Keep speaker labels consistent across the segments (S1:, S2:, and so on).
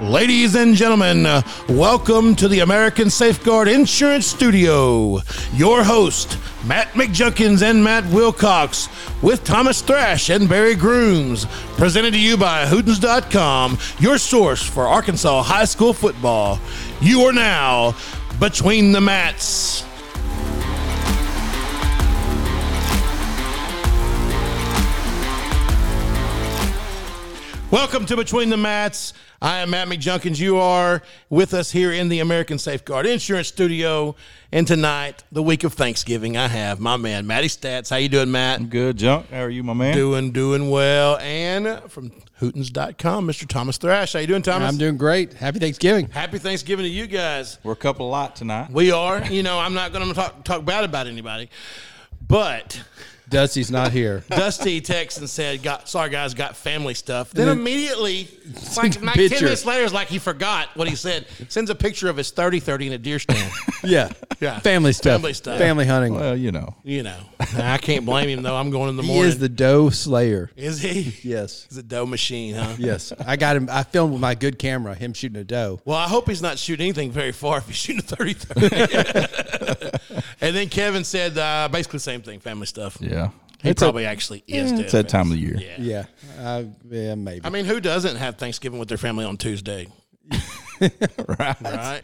S1: Ladies and gentlemen, uh, welcome to the American Safeguard Insurance Studio. Your host, Matt McJunkins and Matt Wilcox, with Thomas Thrash and Barry Grooms. Presented to you by Hootens.com, your source for Arkansas high school football. You are now between the mats. Welcome to Between the Mats. I am Matt McJunkins. You are with us here in the American Safeguard Insurance Studio. And tonight, the week of Thanksgiving, I have my man Matty Stats. How you doing, Matt?
S2: Good, Junk. How are you, my man?
S1: Doing, doing well. And from Hootens.com, Mr. Thomas Thrash. How you doing, Thomas?
S3: I'm doing great. Happy Thanksgiving.
S1: Happy Thanksgiving to you guys.
S2: We're a couple lot tonight.
S1: We are. You know, I'm not going to talk, talk bad about anybody. But
S3: Dusty's not here.
S1: Dusty texted and said, got, "Sorry guys, got family stuff." Then
S3: then-
S1: immediately, like, like ten
S3: Picture.
S1: minutes later, it's like he forgot what he said. Sends a picture of his thirty thirty in a deer stand.
S3: Yeah.
S1: Yeah.
S3: Family stuff.
S1: Family stuff.
S3: Family hunting.
S2: Well, you know.
S1: you know, I can't blame him though. I'm going in the
S3: he
S1: morning.
S3: is the doe slayer.
S1: Is he?
S3: Yes.
S1: He's a dough machine, huh?
S3: Yes. I got him. I filmed with my good camera, him shooting a doe.
S1: Well, I hope he's not shooting anything very far if he's shooting a 30 30. and then Kevin said uh, basically the same thing, family stuff.
S2: Yeah.
S1: He
S2: It's,
S1: probably actually is.
S2: a,
S1: doing
S2: it's that
S1: family-
S2: time of the year.
S1: Yeah.
S3: Yeah. Uh, yeah, maybe.
S1: I mean, who doesn't have Thanksgiving with their family on Tuesday,
S2: Right.
S1: right?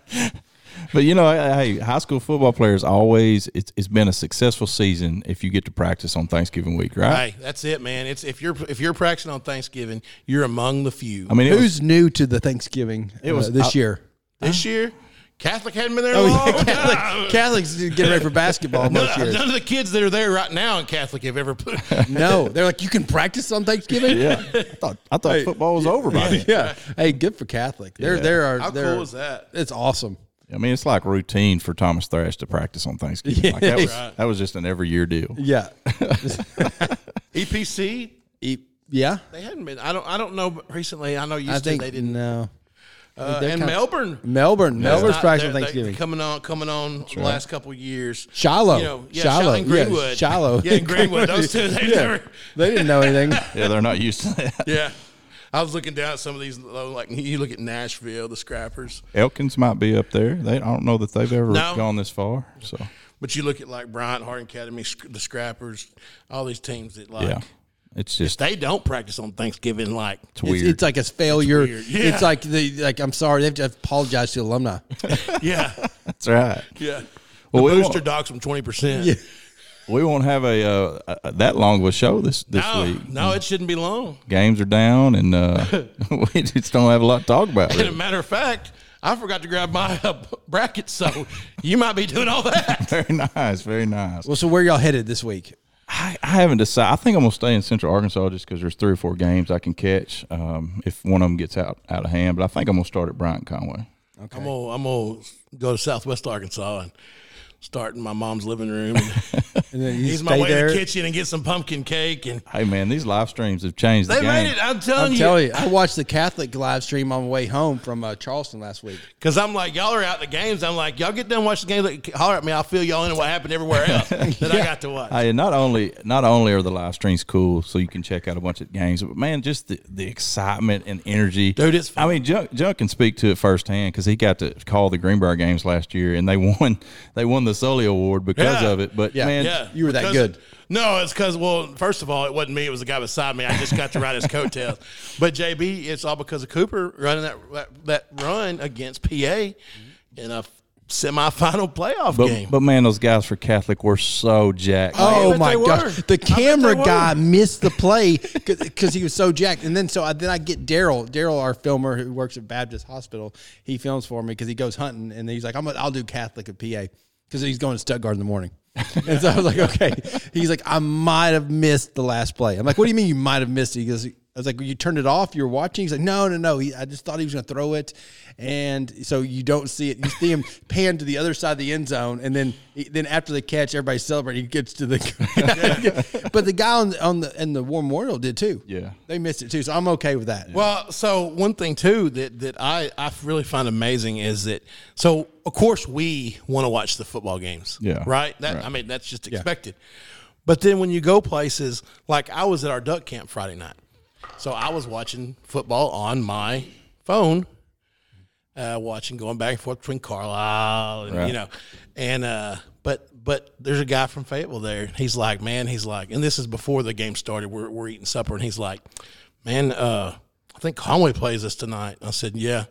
S2: But, you know, hey, high school football players always, it's, it's been a successful season if you get to practice on Thanksgiving week, right?
S1: Hey, that's it, man. It's if you're if you're practicing on Thanksgiving, you're among the few.
S2: I mean, it was,
S3: Who's new to the Thanksgiving it
S2: was-
S3: this
S2: I-
S3: year?
S1: this year, Catholic hadn't been there
S3: Oh,
S1: in a long
S3: yeah.
S1: time.
S3: Catholic, Catholics getting ready for basketball most
S1: None,
S3: years.
S1: none of the kids that are there right now in Catholic have ever put.
S3: No. They're like, you can practice on Thanksgiving?
S2: yeah. I thought, I thought football was over by then.
S3: Yeah. Hey, good for Catholic. There, there are.
S1: How
S3: there-
S1: cool is that?
S3: It's awesome.
S2: I mean, it's like routine for Thomas Thrash to practice on Thanksgiving. Like, that, was, that was just an every year deal.
S3: Yeah.
S1: EPC.
S3: E- yeah.
S1: They hadn't been. I don't. I don't know. but Recently, I know used
S3: I
S1: to
S3: think
S1: they didn't.
S3: No.
S1: Uh, and
S3: kinda-
S1: Melbourne.
S3: Melbourne. Melbourne's
S1: Not-
S3: practicing
S1: they're- they-
S3: Thanksgiving.
S1: coming on, coming on the last couple of years.
S3: Shiloh.
S1: you know, yeah,
S3: Shiloh.
S1: Shiloh, and
S3: Yeah,
S1: Greenwood,
S3: Shiloh.
S1: yeah, and Greenwood. Those two, they never,
S3: they didn't know anything.
S2: Yeah, they're not used to that.
S1: yeah. I was looking down at some of these, low, like you look at Nashville, the Scrappers.
S2: Elkins might be up there. They, I don't know that they've ever
S1: No.
S2: gone this far. So,
S1: But you look at like Bryant Hardin Academy, Sc- the Scrappers, all these teams that like
S2: yeah. It's just,
S1: they don't practice on Thanksgiving. Like
S2: it's
S3: It's,
S2: weird.
S3: it's like a failure. It's,
S1: weird. Yeah.
S3: like the like. I'm sorry. They have to apologize to alumni.
S1: yeah,
S2: That's right.
S1: yeah.
S2: Well, we
S1: the
S2: won't-
S1: booster dogs from twenty percent.
S2: We won't have a, uh, a that long of a show this this
S1: No,
S2: week.
S1: no, it shouldn't be long.
S2: Games are down, and uh, we just don't have a lot to talk about.
S1: And a
S2: really.
S1: matter of fact, I forgot to grab my uh, bracket, so you might be doing all that.
S2: Very nice, very nice.
S3: Well, so where y'all headed this week?
S2: I, I haven't decided. I think I'm gonna stay in Central Arkansas just because there's three or four games I can catch um, if one of them gets out out of hand. But I think I'm gonna start at Bryant Conway.
S1: I'm gonna I'm gonna go to Southwest Arkansas and start in my mom's living room. And
S3: And then you
S1: he's my
S3: stay
S1: way
S3: there.
S1: to the kitchen and get some pumpkin cake, and
S2: Hey man, these live streams have changed the
S1: they
S2: game.
S1: made it. I'm telling
S3: I'm
S1: you,
S3: telling you, I watched the Catholic live stream on the way home from uh, Charleston last week.
S1: Cause I'm like, y'all are out the games. I'm like, y'all get done watching the games. Like, holler at me. I'll fill y'all in on what happened everywhere else that I got to watch.
S2: Hey, not only not only are the live streams cool, so you can check out a bunch of games, but man, just the, the excitement and energy,
S1: Dude, it's fun.
S2: I mean, Junk, Junk can speak to it firsthand because he got to call the Greenbrier games last year, and they won they won the Sully Award because
S1: Yeah.
S2: of it. But
S3: Yeah.
S2: man,
S1: yeah,
S3: you were that
S1: because-
S3: good.
S1: No, it's because well, first of all, it wasn't me. It was the guy beside me. I just got to ride his coattails. But JB, it's all because of Cooper running that that, that run against PA in a semifinal playoff
S2: but,
S1: game.
S2: but man, those guys for Catholic were so jacked.
S3: Oh
S1: bet
S3: my
S1: they were.
S3: gosh!
S1: I
S3: The
S1: bet they
S3: camera
S1: were.
S3: guy missed the play because he was so jacked. And then so I, then I get Daryl, Daryl, our filmer who works at Baptist Hospital. He films for me because he goes hunting, and he's like, "I'm gonna, I'll do Catholic at PA because he's going to Stuttgart in the morning." and so I was like, "Okay." He's like, "I might have missed the last play." I'm like, "What do you mean you might have missed it?" He goes. I was like, well, you turned it off. You were watching. He's like, no, no, no. He, I just thought he was going to throw it, and so you don't see it. You see him pan to the other side of the end zone, and then then after the catch, everybody's celebrating. He gets to the, but the guy on the, on the and the War Memorial did too.
S2: Yeah.
S3: they missed it too. So I'm okay with that.
S1: Well, so one thing too that that I I really find amazing is that so of course we want to watch the football games,
S2: Yeah.
S1: right? That
S2: Right.
S1: I mean that's just expected. But then when you go places like I was at our duck camp Friday night, so I was watching football on my phone uh, watching, going back and forth between Carlisle, and, you
S2: Right.
S1: know, and uh, but but there's a guy from Fayetteville there. and He's like, man, he's like, and this is before the game started. We're we're eating supper, and he's like, man, uh, I think Conway plays us tonight. I said, yeah.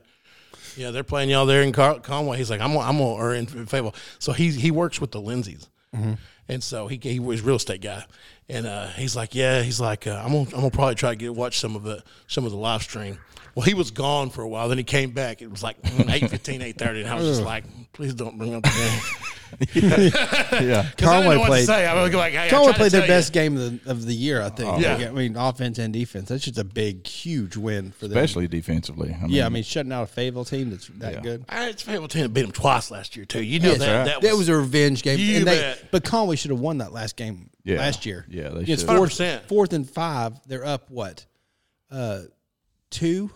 S1: Yeah, they're playing y'all there in Car- Conway. He's like, I'm, gonna- I'm gonna, or in Fayetteville. So he he works with the Lindsays,
S3: Mm-hmm.
S1: and so he he was a real estate guy, and uh, he's like, yeah, he's like, uh, I'm gonna, I'm gonna probably try to get watch some of the some of the live stream. Well, he was gone for a while. Then he came back. It was like mm, 8.15, 8.30, and I was just like, please don't bring up the game.
S2: yeah.
S1: Because I didn't
S3: Conway
S1: know what to
S3: played-
S1: say. I was like, hey, I
S3: Conway
S1: tried to
S3: played their
S1: tell you.
S3: best game of the, of the year, I
S2: Oh.
S3: think.
S1: Yeah.
S3: I mean, offense and defense. That's just a big, huge win for them.
S2: Especially defensively. I mean,
S3: Yeah, I mean, shutting out a Fayetteville team that's that
S2: Yeah.
S3: good.
S1: I it's Fayetteville team beat him twice last year too. You know
S3: Yes,
S1: that,
S2: right.
S1: that
S3: That was a revenge game.
S1: You
S3: and they,
S1: bet.
S3: But Conway should have won that last game
S2: Yeah.
S3: last year.
S2: Yeah, they
S3: it's
S2: should.
S3: fourth,
S1: 100%.
S3: fourth and five. They're up what? Uh, two.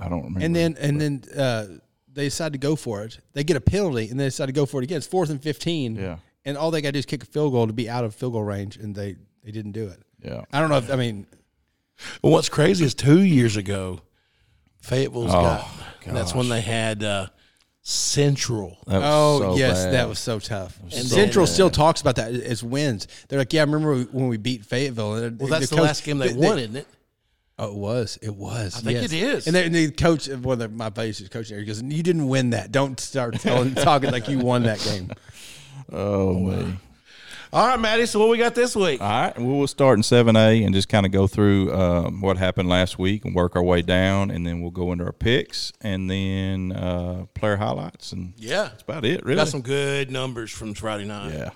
S2: I don't remember.
S3: And then and then uh, they decide to go for it. They get a penalty and they decide to go for it again. It's fourth and fifteen.
S2: Yeah.
S3: And all they got to do is kick a field goal to be out of field goal range, and they they didn't do it.
S2: Yeah.
S3: I don't know. if I mean,
S1: Well, what's crazy is two years ago, Fayetteville's got. and That's when they had uh, Central.
S2: That was
S3: oh
S2: so
S3: yes,
S2: bad.
S3: that was so tough. And
S1: so
S3: Central
S1: bad.
S3: still talks about that as wins. They're like, yeah, I remember when we beat Fayetteville. And
S1: Well, that's the, last game they, won, isn't it?
S3: Oh, it was. It was. I
S1: think it is.
S3: And, they, and the coach, one of my buddies who's coaching there, he goes, "You didn't win that. Don't start telling, talking like you won that game."
S2: Oh, me.
S1: All right, Maddie. So what we got this week?
S2: All right. Well, we'll start in 7A and just kind of go through um, what happened last week and work our way down. And then we'll go into our picks and then uh, player highlights. And
S1: yeah,
S2: that's about it, really.
S1: got some good numbers from Friday night.
S2: Yeah.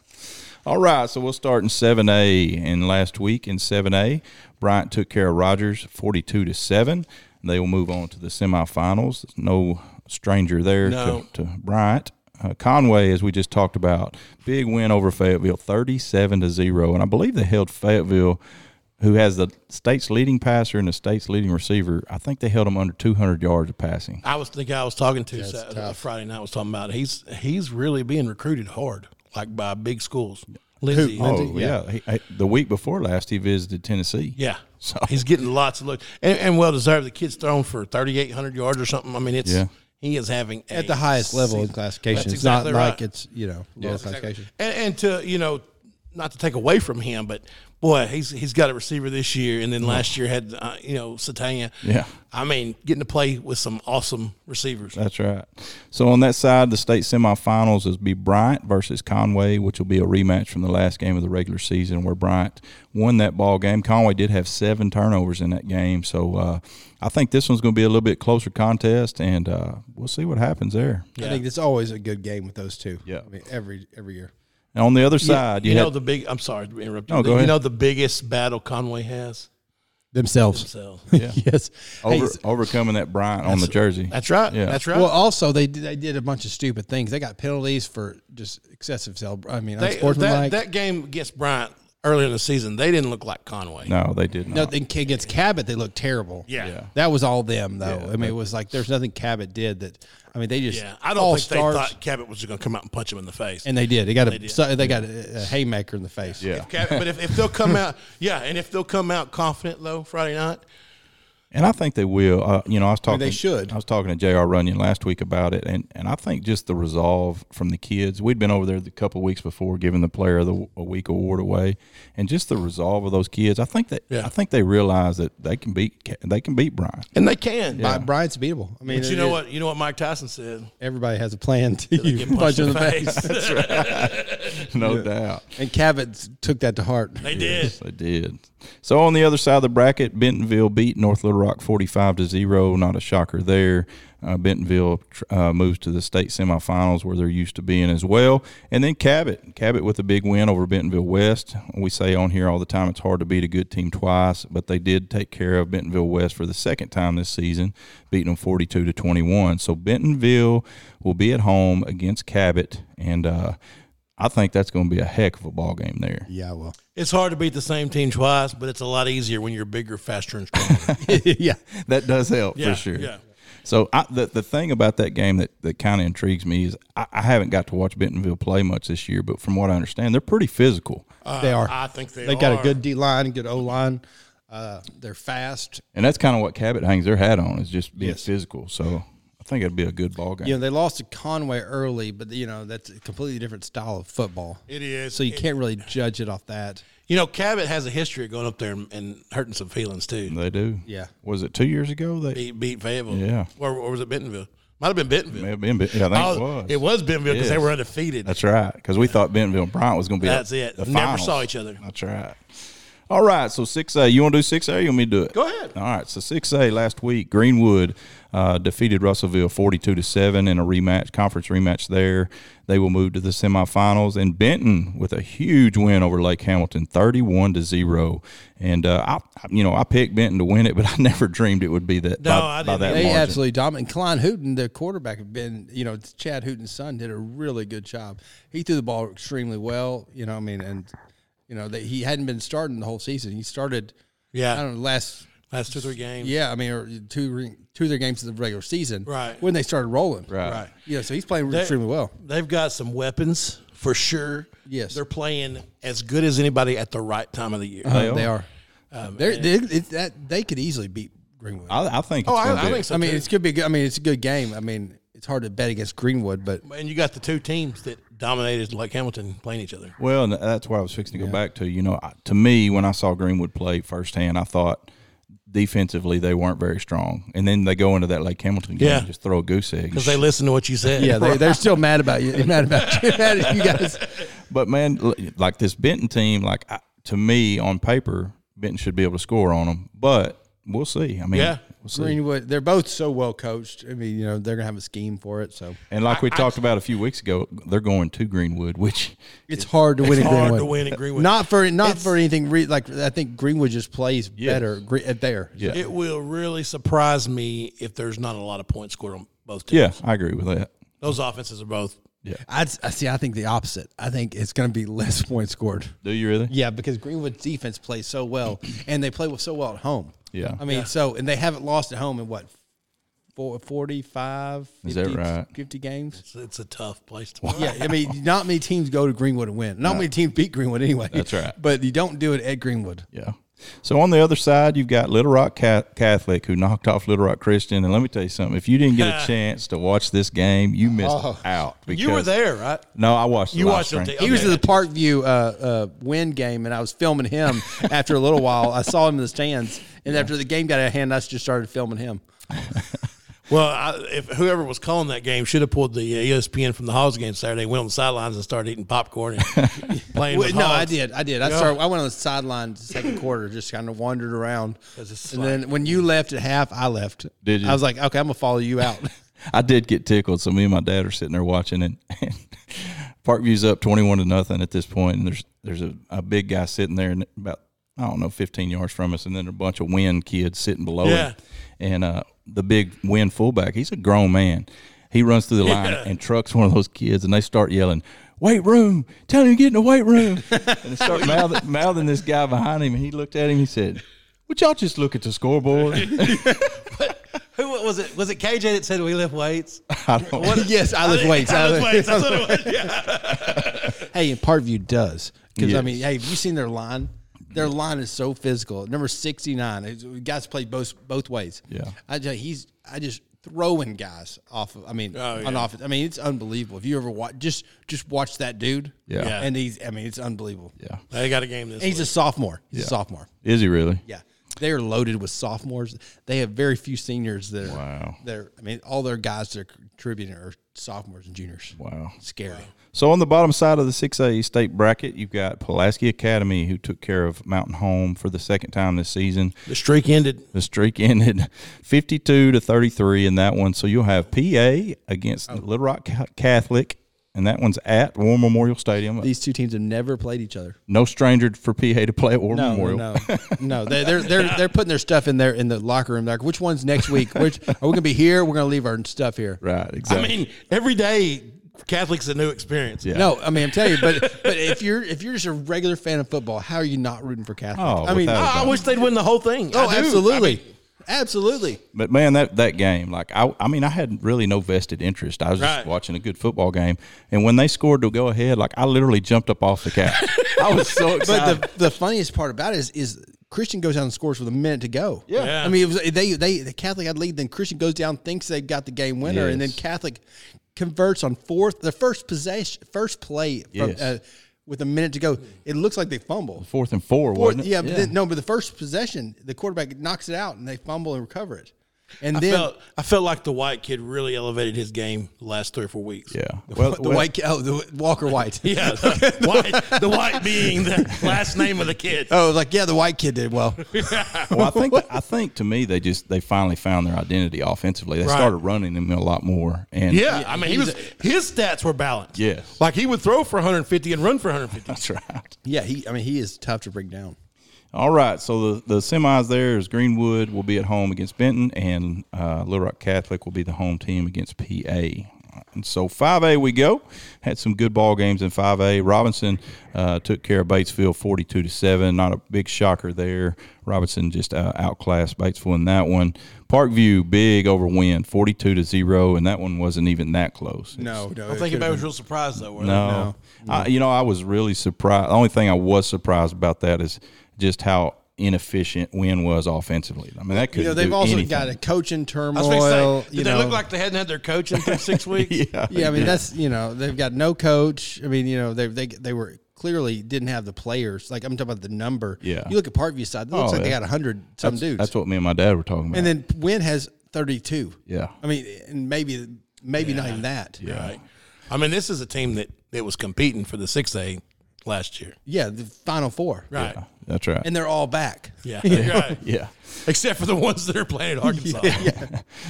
S2: All right, so we'll start in 7A. And last week in 7A, Bryant took care of Rogers 42 to 7. They will move on to the semifinals. No stranger there
S1: No.
S2: to, to Bryant. Uh, Conway, as we just talked about, big win over Fayetteville 37 to 0. And I believe they held Fayetteville, who has the state's leading passer and the state's leading receiver, I think they held them under 200 yards of passing.
S1: I was the guy I was talking to Sa- uh, Friday night. Was talking about he's he's really being recruited hard, like by big schools. Lindsay,
S2: Oh, yeah. He- I- the week before last, he visited Tennessee.
S1: Yeah.
S2: So-
S1: he's getting lots of looks and, and well deserved. The kid's thrown for thirty eight hundred yards or something. I mean, it's
S2: Yeah.
S1: he is having
S3: At the highest level in classification,
S1: That's
S3: it's not
S1: exactly right.
S3: like it's you know lower classification.
S1: and, and to you know, not to take away from him, but boy, he's he's got a receiver this year, and then last year had uh, you know Satania.
S2: Yeah.
S1: I mean, getting to play with some awesome receivers.
S2: That's right. So on that side, the state semifinals is be Bryant versus Conway, which will be a rematch from the last game of the regular season where Bryant won that ball game. Conway did have seven turnovers in that game, so uh, I think this one's going to be a little bit closer contest, and uh, we'll see what happens there.
S3: I think it's always a good game with those two.
S2: Yeah.
S3: I mean, every every year.
S2: And on the other side,
S1: you,
S2: you, had,
S1: know the big. I'm sorry to interrupt. you.
S2: No, go
S1: You
S2: ahead.
S1: know the biggest battle Conway has.
S3: Themselves.
S1: So
S3: yes. Hey,
S2: over, overcoming that Bryant on the jersey.
S1: that's right.
S2: Yeah.
S1: That's right.
S3: well, uh, also they did, they did a bunch of stupid things. They got penalties for just excessive cell. I mean,
S1: They- that,
S3: unsportsmanlike.
S1: that game against Bryant early in the season, they didn't look like Conway.
S2: No, they did not.
S3: no, then against Cabot they looked terrible.
S1: Yeah. Yeah.
S3: that was all them though. I mean, it was like there's nothing Cabot did that. I mean, they just
S1: Yeah, I don't
S3: false
S1: think
S3: starts,
S1: they thought Cabot was going to come out and punch him in the face.
S3: and they did. They got a so- they got a, a haymaker in the face.
S2: yeah.
S1: Cap- but if, if they'll come out, yeah, and if they'll come out confident though Friday night,
S2: And I think they will. Uh, you know, I was talking.
S3: they should.
S2: I was talking to Jr. Runyon last week about it, and, and I think just the resolve from the kids. We'd been over there the couple weeks before, giving the player of the a week award away, and just the resolve of those kids. I think that
S1: Yeah.
S2: I think they realize that they can beat Ca- they can beat Brian.
S1: and they can.
S3: Bri- Bryant's beatable. I mean,
S1: But you know what? You know what Mike Tyson said.
S3: Everybody has a plan to you
S1: Get
S3: punch in the face.
S1: face.
S2: No doubt.
S3: And Cabot took that to heart.
S1: they did.
S2: Yes, they did. So on the other side of the bracket, Bentonville beat North Little Rock forty-five to zero. Not a shocker there. Uh, Bentonville tr- uh, moves to the state semifinals where they're used to being as well. And then Cabot, Cabot with a big win over Bentonville West. We say on here all the time it's hard to beat a good team twice, but they did take care of Bentonville West for the second time this season, beating them forty-two to twenty-one. So Bentonville will be at home against Cabot, and uh, I think that's going to be a heck of a ball game there.
S3: Yeah, well,
S1: It's hard to beat the same team twice, but it's a lot easier when you're bigger, faster, and stronger.
S3: yeah.
S2: that does help
S1: Yeah,
S2: for sure.
S1: yeah.
S2: So I, the the thing about that game that, that kind of intrigues me is I, I haven't got to watch Bentonville play much this year, but from what I understand, they're pretty physical,
S3: they are.
S1: Uh, I think they
S3: they got
S1: are.
S3: a good D line, good O line. Uh, they're fast.
S2: and that's kind of what Cabot hangs their hat on is just being physical. So I think it'd be a good ball game.
S3: You know, they lost to Conway early, but you know that's a completely different style of football.
S1: It is.
S3: So you
S1: It-
S3: can't really judge it off that.
S1: You know, Cabot has a history of going up there and, and hurting some feelings too.
S2: They do.
S3: Yeah.
S2: Was it two years ago? They
S1: Beat, beat Fayetteville.
S2: Yeah.
S1: Or, or was it Bentonville? Might have been Bentonville.
S2: may have been. but- Yeah, I think
S1: Oh,
S2: it was.
S1: It was Bentonville because they
S2: Yes.
S1: were undefeated.
S2: That's right. Because we thought Bentonville and Bryant was going to be.
S1: That's
S2: the-
S1: it.
S2: the
S1: Never
S2: finals.
S1: saw each other.
S2: That's right. All right. So six A. You want to do six A? You want me to do it?
S1: Go ahead.
S2: All right. So six A. Last week, Greenwood uh, defeated Russellville forty-two to seven in a rematch, conference rematch. There, they will move to the semifinals. And Benton with a huge win over Lake Hamilton, thirty-one to zero. And uh, I, I- you know, I picked Benton to win it, but I never dreamed it would be that.
S1: No,
S2: by,
S1: I
S2: by
S1: didn't
S2: that
S1: either.
S3: They
S2: margin.
S3: absolutely dominant. And Klein Hooten, the quarterback, had been, you know, Chad Hooten's son did a really good job. He threw the ball extremely well, you know, I mean, and, you know, they, he hadn't been starting the whole season. He started,
S1: Yeah.
S3: I don't know, last,
S1: Last two, three games.
S3: yeah, I mean, or two, re- two of their games of the regular season.
S1: Right.
S3: When they started rolling.
S1: Right.
S3: Yeah, so he's playing extremely well.
S1: They've got some weapons for sure.
S3: Yes.
S1: They're playing as good as anybody at the right time of the year.
S2: are.
S3: They are. They're, they it, that, they could easily beat Greenwood. I,
S2: I, I think.
S1: oh,
S2: it's gonna
S1: I, I
S2: be-
S1: think so.
S3: mean,
S1: too.
S3: it's could be. Good, I mean, it's a good game. I mean, it's hard to bet against Greenwood, but
S1: and you got the two teams that dominated like Hamilton playing each other.
S2: Well, and that's what I was fixing to go back to. You know, I- to me, when I saw Greenwood play firsthand, I thought defensively they weren't very strong, and then they go into that Lake Hamilton game
S1: Yeah.
S2: and just throw a goose egg.
S1: Because they listened to what you said.
S3: yeah, they, they're still mad about you. Mad about you, mad at you guys.
S2: But man, l- like this Benton team, like I, to me on paper, Benton should be able to score on them, but we'll see. I mean,
S1: Yeah.
S2: we'll see.
S3: Greenwood, they're both so well coached. I mean, you know, they're gonna have a scheme for it. So
S2: And like we talked about a few weeks ago, they're going to Greenwood, which
S3: it's hard to win
S1: It's
S3: at
S1: hard
S3: Greenwood.
S1: to win at Greenwood.
S3: Not for not
S1: It's-
S3: for anything. Re- like I think Greenwood just plays
S2: Yes.
S3: better gre- at there.
S2: Yeah.
S1: It will really surprise me if there's not a lot of points scored on both teams.
S2: yeah, I agree with that.
S1: Those offenses are both.
S3: I'd, I see. I think the opposite. I think it's gonna be less points scored.
S2: Do you really?
S3: Yeah, because Greenwood's defense plays so well, and they play with so well at home.
S2: Yeah.
S3: I mean, so and they haven't lost at home in what four, 45, 50,
S2: Is that right?
S3: Fifty games.
S1: It's, it's a tough place to play.
S3: Yeah, I mean, not many teams go to Greenwood and win. Not many teams beat Greenwood anyway.
S2: That's right.
S3: But you don't do it at Greenwood.
S2: Yeah. So on the other side, you've got Little Rock Ca- Catholic, who knocked off Little Rock Christian. And let me tell you something: if you didn't get a chance to watch this game, you missed out. Because,
S1: Oh. You were there, right?
S2: No, I watched. The
S1: You
S2: live
S1: watched it.
S2: stream.
S1: Okay.
S3: He was at the Parkview uh, uh, win game, and I was filming him. after a little while, I saw him in the stands, and after the game got out of hand, I just started filming him.
S1: Well, I, if whoever was calling that game should have pulled the uh, ESPN from the Hogs game Saturday, went on the sidelines and started eating popcorn and playing.
S3: Well,
S1: with
S3: no,
S1: Hogs.
S3: I did. I did. I started. I went on the sideline the second quarter, just kind of wandered around.
S1: 'Cause it's
S3: And then when you left at half, I left.
S2: Did you?
S3: I was like, okay, I'm gonna follow you out.
S2: I did get tickled. So me and my dad are sitting there watching, and, and Parkview's up twenty-one to nothing at this point, and there's there's a, a big guy sitting there, and about I don't know, fifteen yards from us, and then a bunch of wind kids sitting below
S1: Yeah.
S2: him, and uh, the big wind fullback, he's a grown man. He runs through the line
S1: Yeah.
S2: and trucks one of those kids, and they start yelling, "Weight room! Tell him to get in the weight room!" and they start mouthing, mouthing this guy behind him. And he looked at him. He said, "Would y'all just look at the scoreboard?"
S1: Who was it? Was it KJ that said we lift weights?
S2: I don't-
S3: yes, I lift weights. I
S1: I lift
S3: lift-
S1: weights. That's what it was. Yeah.
S3: hey, and Parkview does because I
S2: Yes.
S3: mean, hey, have you seen their line? Their line is so physical. Number sixty nine. Guys play both both ways.
S2: Yeah.
S3: I just, he's I just throwing guys off. Of, I mean,
S1: Oh,
S3: on
S1: yeah.
S3: offense. I mean, it's unbelievable. If you ever watch, just just watch that dude.
S2: Yeah. Yeah.
S3: And he's. I mean, it's unbelievable.
S2: yeah.
S1: They got a game this.
S3: And he's
S1: week.
S3: a sophomore. He's
S2: Yeah.
S3: a sophomore.
S2: Is he really?
S3: Yeah. They are loaded with sophomores. They have very few seniors that are,
S2: Wow.
S3: that are- I mean, all their guys that are contributing are sophomores and juniors.
S2: Wow.
S3: Scary.
S2: So on the bottom side of the 6A state bracket, you've got Pulaski Academy, who took care of Mountain Home for the second time this season.
S1: the streak ended.
S2: The streak ended 52 to 33 in that one. So you'll have PA against Little Rock Ca- Catholic, and that one's at War Memorial Stadium.
S3: These two teams have never played each other.
S2: no stranger for PA to play at War
S3: No,
S2: Memorial.
S3: no, no, no. They, they're they're they're putting their stuff in there in the locker room. They're Like, which one's next week? Which are we gonna be here? We're gonna leave our stuff here.
S2: Right,
S1: I
S2: exactly.
S1: mean, every day Catholics a new experience.
S2: Yeah.
S3: No, I mean I'm telling you, but but if you're if you're just a regular fan of football, how are you not rooting for Catholic?
S2: Oh,
S3: I mean,
S2: without a
S1: I, I wish they'd win the whole thing.
S3: oh,
S1: I do.
S3: absolutely, absolutely.
S2: But man, that that game, like I, I mean, I had really no vested interest. I was
S1: Right.
S2: just watching a good football game, and when they scored to go ahead, like I literally jumped up off the couch. I was so excited.
S3: But the, the funniest part about it is, is Christian goes down and scores with a minute to go.
S2: Yeah.
S1: Yeah.
S3: I mean, it was they they the Catholic had lead. Then Christian goes down, thinks they've got the game winner, and then
S2: Yes.
S3: Catholic converts on fourth, the first possession, first play from,
S2: Yes.
S3: uh, with a minute to go. It looks like they fumble.
S2: Fourth and four,
S3: Fourth-
S2: wasn't it?
S3: yeah, but Then, no, but the first possession, the quarterback knocks it out, and they fumble and recover it. And
S1: I
S3: then
S1: felt, I felt like the white kid really elevated his game the last three or four weeks.
S2: Yeah. Well,
S3: the white, oh, the Walker White.
S1: Yeah, the white, the white being the last name of the kid.
S3: Oh, like yeah, the white kid did well.
S2: well, I think I think to me they just they finally found their identity offensively. They
S1: Right.
S2: started running him a lot more, and
S1: Yeah, I mean, he was his stats were balanced.
S2: Yes.
S1: like he would throw for 150 and run for 150.
S2: that's right.
S3: Yeah, he. I mean, he is tough to bring down.
S2: All right, so the the semis there is Greenwood will be at home against Benton, and uh, Little Rock Catholic will be the home team against PA. And so 5A we go. Had some good ball games in 5A. Robinson uh, took care of Batesville 42 to seven. Not a big shocker there. Robinson just uh, outclassed Batesville in that one. Parkview big over win 42 to zero, and that one wasn't even that close.
S1: I
S3: No, no. it
S1: think
S3: could've
S1: everybody was real surprised though. weren't
S2: No. I, you know, I was really surprised. The only thing I was surprised about that is just how inefficient Wynn was offensively. I mean, that could
S3: you know they've
S2: do
S3: also
S2: anything.
S3: got a coaching
S1: I was
S3: turmoil.
S1: going to say,
S3: you
S1: did they
S3: know.
S1: look like they hadn't had their coach in for six weeks?
S2: Yeah.
S3: yeah, I mean that's you know they've got no coach. I mean you know they they they were clearly didn't have the players. Like I'm talking about the number.
S2: Yeah.
S3: you look at Parkview side, it looks
S2: Oh,
S3: like they
S2: yeah.
S3: got hundred some dudes,
S2: That's what me and my dad were talking about.
S3: and then Wynn has 32.
S2: Yeah.
S3: I mean, and maybe maybe not even that. Yeah,
S1: Right. I mean, this is a team that, that was competing for the 6A last year.
S3: the final four,
S1: Right.
S2: That's right.
S3: and they're all back.
S1: Yeah. Right.
S2: yeah.
S1: Except for the ones that are playing at Arkansas.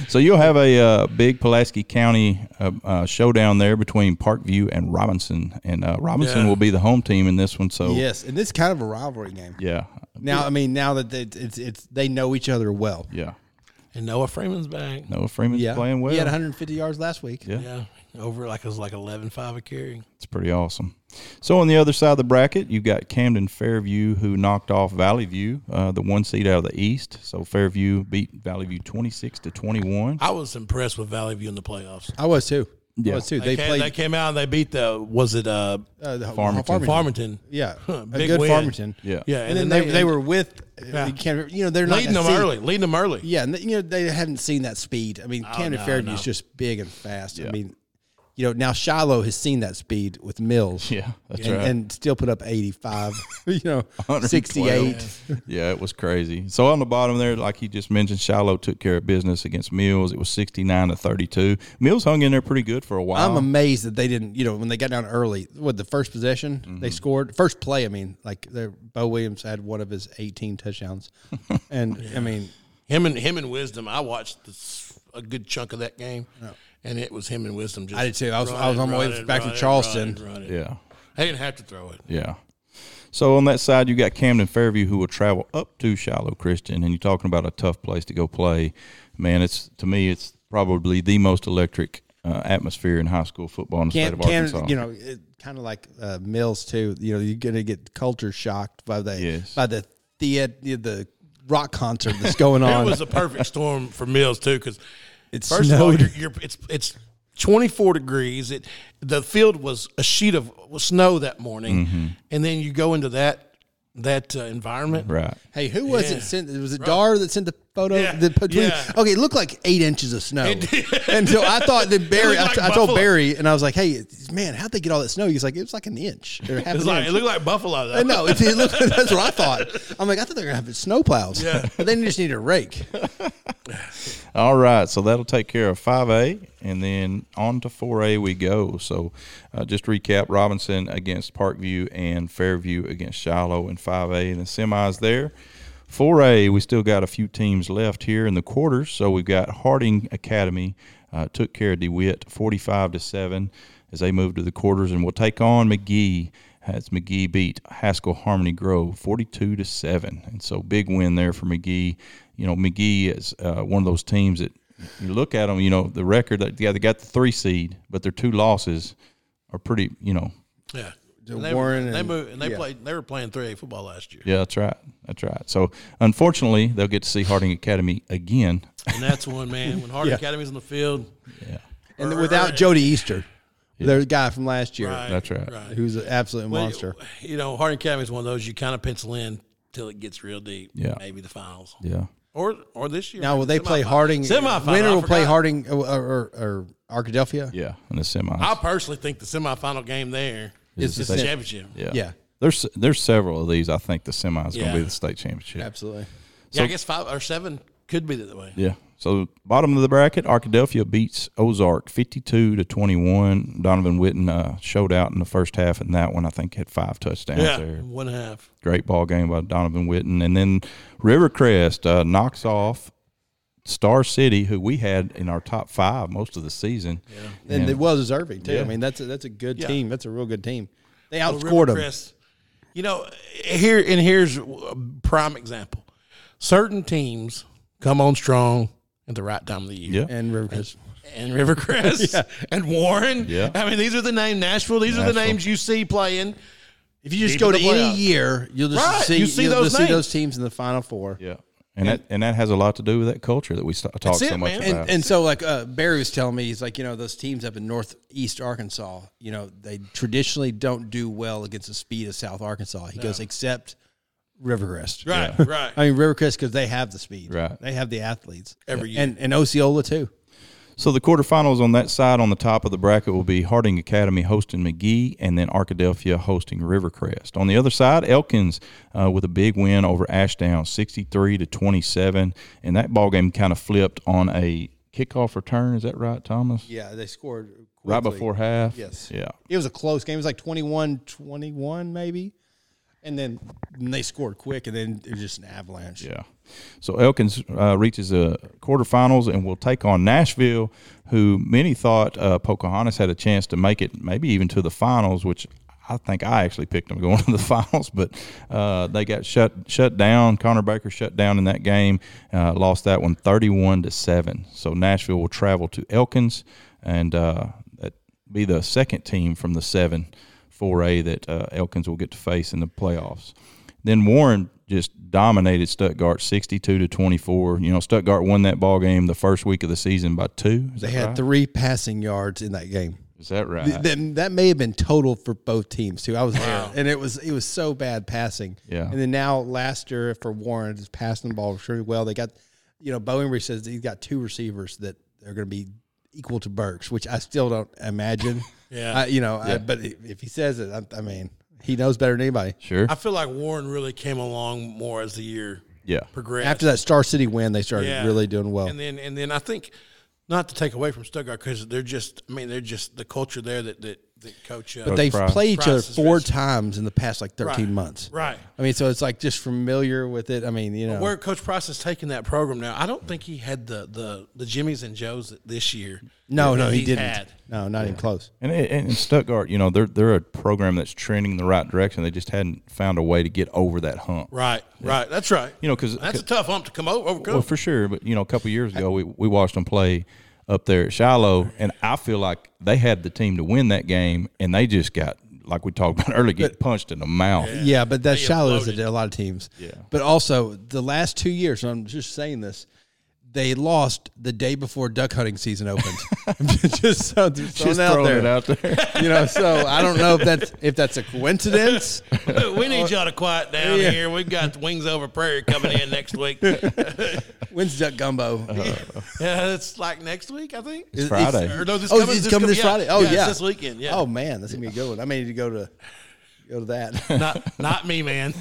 S2: So you'll have a uh, big Pulaski County uh, uh, showdown there between Parkview and Robinson, and uh, Robinson
S1: Yeah.
S2: will be the home team in this one. So
S3: Yes, and this is kind of a rivalry game.
S2: Oh. yeah,
S3: Now, I mean, now that they, it's it's they know each other well.
S2: yeah.
S1: And Noah Freeman's back.
S2: Noah Freeman's
S3: Yeah,
S2: playing well.
S3: He had 150 yards last week.
S2: Yeah.
S1: Yeah. Over like it was like 11 5 a carry.
S2: It's pretty awesome. So on the other side of the bracket, you've got Camden Fairview, who knocked off Valley View, uh, the one seed out of the East. So Fairview beat Valley View twenty six to twenty one.
S1: I was impressed with Valley View in the playoffs.
S3: I was too.
S2: Yeah.
S3: I was too.
S1: They,
S3: They,
S1: came,
S3: played
S1: they came out and they beat the, was it uh,
S3: uh, the
S2: Farmington.
S3: Farmington.
S1: Farmington?
S3: Yeah, a
S1: Big
S3: good
S1: win.
S3: Farmington.
S2: Yeah.
S1: Yeah.
S3: and, then, they, they were with.
S1: Yeah.
S3: You can't. You know they're not
S1: leading
S3: that
S1: them
S3: seed.
S1: early, leading them early.
S3: Yeah, and they- you know they hadn't seen that speed. I mean, Camden
S1: no,
S3: Fairview is
S1: no.
S3: just big and fast. I mean, you know now Shiloh has seen that speed with Mills.
S2: Yeah, that's
S3: and,
S2: right.
S3: and still put up 85. You know,
S2: 112.
S3: 68.
S2: yeah, it was crazy. So on the bottom there, like he just mentioned, Shiloh took care of business against Mills. It was sixty nine to thirty two. Mills hung in there pretty good for a while.
S3: I'm amazed that they didn't, you know, when they got down early, what the first possession they scored, first play, I mean, like their Bo Williams had one of his 18 touchdowns. And I mean,
S1: Him and him and Wisdom. I watched this, a good chunk of that game, and it was him and Wisdom. Just
S3: I did too. I was- I
S1: running,
S3: was on my way
S1: running,
S3: back from
S1: running,
S3: Charleston.
S1: running, running.
S2: yeah.
S1: They didn't have to throw it.
S2: Yeah. So on that side, you got Camden Fairview, who will travel up to Shiloh Christian, and you're talking about a tough place to go play. Man, it's to me, it's probably the most electric uh, atmosphere in high school football in the
S3: can,
S2: state of Arkansas.
S3: can you know, it, kind of like uh, Mills too, you know, you're going to get culture shocked by the,
S2: Yes.
S3: by the, the, the rock concert that's going
S1: It
S3: on.
S1: was a perfect storm for Mills too, because
S3: It
S1: first of all,
S3: snowed.
S1: you're, you're, it's it's 24 degrees. It the field was a sheet of snow that morning,
S2: Mm-hmm.
S1: and then you go into that that uh, environment.
S2: right?
S3: Hey, who was
S1: Yeah.
S3: it sent? Was it Dar that sent the photo?
S1: Yeah.
S3: The between,
S1: Yeah.
S3: Okay, it looked like eight inches of snow. And so I thought that Barry,
S1: It
S3: I
S1: looked
S3: I
S1: like
S3: told
S1: Buffalo.
S3: Barry, and I was like, hey, man, how'd they get all that snow? He's like, it was like an inch or half
S1: It's
S3: an
S1: like
S3: inch.
S1: it looked like Buffalo. Though.
S3: And no, it, it looked, that's what I thought. I'm like, I thought they were going to have snow plows.
S1: Yeah.
S3: But they just need a rake.
S2: All right, so that'll take care of 5A, and then on to 4A we go. So, uh, just recap: Robinson against Parkview and Fairview against Shiloh in 5A, and the semis there. 4A, we still got a few teams left here in the quarters. So we've got Harding Academy uh, took care of DeWitt 45 to seven as they move to the quarters, and will take on McGee as McGee beat Haskell Harmony Grove 42 to 7. And so big win there for McGee. You know, McGee is uh, one of those teams that you look at them, you know, the record that yeah, they got the 3 seed, but their two losses are pretty, you know.
S1: yeah.
S3: The
S1: And they,
S3: Warren
S1: were, they
S3: and-
S1: moved and they
S3: yeah.
S1: played. They were playing 3A football last year,
S2: Yeah, that's right. That's right. So, unfortunately, they'll get to see Harding Academy again.
S1: and that's one man when Harding Academy's on the field.
S2: Yeah.
S3: And without Jody Easter, the guy from last year,
S1: Right,
S2: That's right.
S1: Right.
S3: who's an absolute monster.
S1: You know, Harding Academy is one of those you kind of pencil in till it gets real deep.
S2: Yeah.
S1: Maybe the finals.
S2: yeah.
S1: Or or this year.
S3: Now
S1: maybe
S3: will they
S1: semifinals.
S3: play Harding?
S1: Semifinal,
S3: Winner
S1: I
S3: will play
S1: forgot.
S3: Harding or, or, or Arkadelphia.
S2: Yeah, in the semis.
S1: I personally think the semifinal game there
S3: Is
S1: is,
S3: the
S1: the
S3: same.
S1: championship.
S2: yeah.
S3: yeah.
S2: There's there's several of these. I think the semis is going
S1: Yeah.
S2: to be the state championship.
S3: absolutely.
S1: Yeah, I guess five or seven could be that way.
S2: Yeah. So bottom of the bracket, Arkadelphia beats Ozark fifty-two to twenty-one. Donovan Witten uh, showed out in the first half in that one. I think had five touchdowns
S1: Yeah,
S2: there.
S1: one half.
S2: Great ball game by Donovan Witten, and then Rivercrest uh, knocks off Star City, who we had in our top five most of the season.
S3: and they well deserving too. I
S2: Yeah.
S3: mean, that's a, that's a good
S1: Yeah.
S3: team. That's a real good team. They
S1: Well,
S3: outscored them.
S1: Rivercrest, You know, here and here's a prime example. Certain teams come on strong at the right time of the year.
S2: Yeah.
S3: and Rivercrest.
S1: And Rivercrest and Warren.
S2: Yeah.
S1: I mean, these are the name Nashville. These are the
S2: Nashville.
S1: names you see playing.
S3: If you just
S1: Deep
S3: go
S1: in
S3: to
S1: the
S3: any
S1: playoffs.
S3: year, you'll just
S1: Right,
S3: see
S1: you see
S3: you'll
S1: those
S3: just see
S1: names.
S3: those teams in the final four.
S2: Yeah, and that and that has a lot to do with that culture that we st- talk so
S1: it,
S2: much
S1: man.
S2: about.
S3: And, and so, like uh, Barry was telling me, he's like, you know, those teams up in northeast Arkansas, you know, they traditionally don't do well against the speed of South Arkansas. He goes, except Rivercrest.
S1: Right, right.
S3: I mean, Rivercrest because they have the speed.
S2: Right.
S3: They have the athletes.
S1: Every year.
S3: And, and Osceola, too.
S2: So the quarterfinals on that side on the top of the bracket will be Harding Academy hosting McGee and then Arkadelphia hosting Rivercrest. On the other side, Elkins uh, with a big win over Ashdown, 63 to 27, and that ball game kind of flipped on a kickoff return, is that right, Thomas?
S3: Yeah, they scored
S2: Right before half.
S3: Yes.
S2: Yeah.
S3: It was a close game. It was like 21 21, maybe. And then and they scored quick, and then it was just an avalanche.
S2: Yeah. So Elkins uh, reaches the quarterfinals and will take on Nashville, who many thought uh, Pocahontas had a chance to make it, maybe even to the finals, which I think I actually picked them going to the finals, but uh, they got shut shut down. Connor Baker shut down in that game, uh, lost that one thirty-one to seven. So Nashville will travel to Elkins and uh, that be the second team from the seven 4A that uh, Elkins will get to face in the playoffs. Then Warren just dominated Stuttgart 62 to 24. You know, Stuttgart won that ball game the first week of the season by two. Is
S3: They
S2: that
S3: had
S2: right?
S3: three passing yards in that game.
S2: Is that right?
S3: Th- then that may have been total for both teams too. I was there, and it was it was so bad passing.
S2: Yeah.
S3: And then now last year for Warren, just passing the ball pretty well. They got, you know, Bowenbury says he's got two receivers that are going to be equal to Burks, which I still don't imagine.
S1: Yeah.
S3: I, you know, I, but i- if he says it, I, I mean, he knows better than anybody.
S2: sure.
S1: I feel like Warren really came along more as the year
S2: yeah.
S1: progressed.
S3: After that Star City win, they started
S1: Yeah.
S3: really doing well.
S1: And then and then I think not to take away from Stuttgart because they're just I mean they're just the culture there that that, that coach. Uh,
S3: but they've
S2: Price.
S3: played each other
S1: Price is
S3: four
S1: rich.
S3: times in the past like 13 months.
S1: right.
S3: I mean, so it's like just familiar with it. I mean, you know,
S1: Where Coach Price is taking that program now, I don't think he had the the the Jimmys and Joes that this year.
S3: no, no,
S1: that
S3: he
S1: he's
S3: didn't.
S1: had.
S3: No, not even close.
S2: And, it- and and Stuttgart, you know, they're they're a program that's trending in the right direction. They just hadn't found a way to get over that hump.
S1: Right, right. That's right.
S2: You know, because
S1: that's a tough hump to come over. Overcome.
S2: Well, for sure. But you know, a couple years ago, we, we watched them play up there at Shiloh, and I feel like they had the team to win that game, and they just got like we talked about earlier, get punched in the mouth.
S3: Yeah, but that's shallow as it did a lot of teams. Yeah. But also the last two years, and I'm just saying this, they lost the day before duck hunting season opened. just so just throwing
S2: Just
S3: out
S2: throwing
S3: there.
S2: it out there.
S3: You know, so I don't know if that's if that's a coincidence.
S1: we need y'all to quiet down here. We've got Wings Over Prairie coming in next week. yeah,
S3: When's duck gumbo?
S1: it's like next week, I think.
S2: It's Friday.
S1: Or no, this
S3: oh,
S1: coming,
S3: it's coming this
S1: yeah,
S3: Friday. Oh yeah,
S1: it's this weekend. Yeah.
S3: Oh man, that's gonna be a good one. I may need to go to go to that.
S1: not not me, man.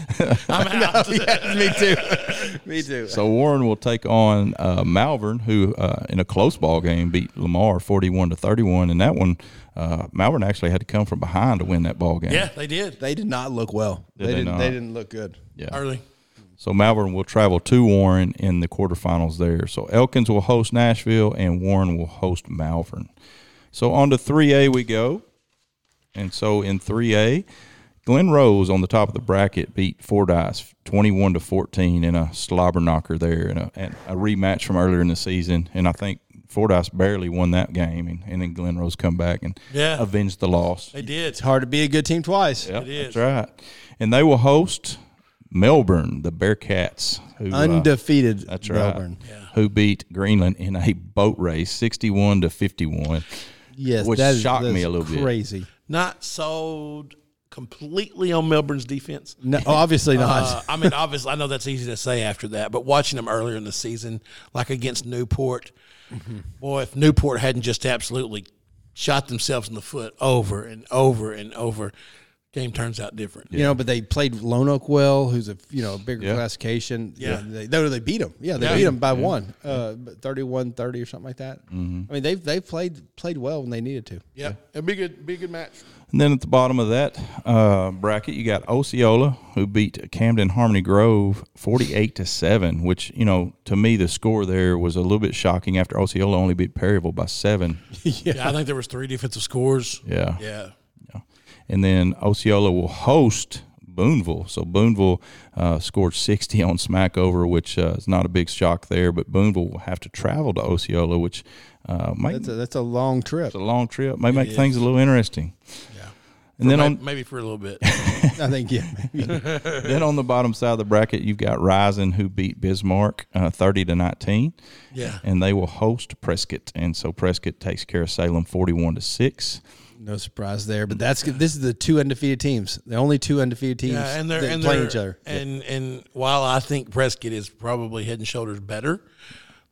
S1: I'm out.
S3: me too. me too.
S2: So Warren will take on uh, Malvern, who uh, in a close ball game beat Lamar forty-one to thirty-one, and that one uh, Malvern actually had to come from behind to win that ball game.
S1: Yeah, they did
S3: they did not look well.
S2: Did
S3: they
S2: they
S3: didn't.
S2: not?
S3: They didn't look good.
S2: Yeah.
S1: early.
S2: So Malvern will travel to Warren in the quarterfinals there. So Elkins will host Nashville and Warren will host Malvern. So on to 3A we go. And so in 3A, Glen Rose on the top of the bracket beat Fordyce 21 to 14 in a slobber knocker there and a, and a rematch from earlier in the season. And I think Fordyce barely won that game. And, and then Glen Rose come back and
S1: Yeah.
S2: avenged the loss.
S1: They did.
S3: It's hard to be a good team twice.
S2: Yep,
S1: is.
S2: That's right. And they will host Melbourne, the Bearcats. Who, uh,
S3: Undefeated
S2: that's right.
S3: Melbourne.
S2: Who beat Greenland in a boat race, sixty-one to fifty-one.
S3: Yes,
S2: which
S3: that is-
S2: shocked
S3: that
S2: me
S3: is
S2: a little bit.
S3: Crazy.
S1: Not sold completely on Melbourne's defense?
S3: No, obviously not.
S1: Uh, I mean, obviously, I know that's easy to say after that, but watching them earlier in the season, like against Newport,
S2: Mm-hmm.
S1: boy, if Newport hadn't just absolutely shot themselves in the foot over and over and over, game turns out different.
S3: You know, but they played Lone Oak well, who's a you know bigger
S2: Yeah.
S3: classification.
S1: Yeah.
S3: they, they, they beat them. Yeah, they
S1: Yeah.
S3: beat them by one, uh, but 31-30 or something like that.
S2: Mm-hmm.
S3: I mean, they've they played played well when they needed to.
S1: Yeah, it'd be good, be a good match.
S2: And then at the bottom of that uh, bracket, you got Osceola, who beat Camden Harmony Grove forty-eight to seven. Which you know, to me, the score there was a little bit shocking. After Osceola only beat Perryville by seven,
S1: Yeah. I think there was three defensive scores.
S2: yeah,
S1: Yeah,
S2: and then Osceola will host Boonville. So Boonville uh, scored sixty on Smackover, which uh, is not a big shock there. But Boonville will have to travel to Osceola, which uh, might
S3: That's a, that's a long trip.
S2: it's a long trip, may make things a little interesting.
S1: yeah.
S2: And then
S1: May-
S2: on
S1: maybe for a little bit.
S3: I think yeah, maybe.
S2: then on the bottom side of the bracket, you've got Rising, who beat Bismarck uh, thirty to nineteen,
S1: Yeah.
S2: and they will host Prescott, and so Prescott takes care of Salem forty-one to six.
S3: no surprise there. But that's good. this is the two undefeated teams, the only two undefeated teams
S1: Yeah, and they're
S3: that
S1: and
S3: play
S1: they're-
S3: each other.
S1: And and while I think Prescott is probably head and shoulders better,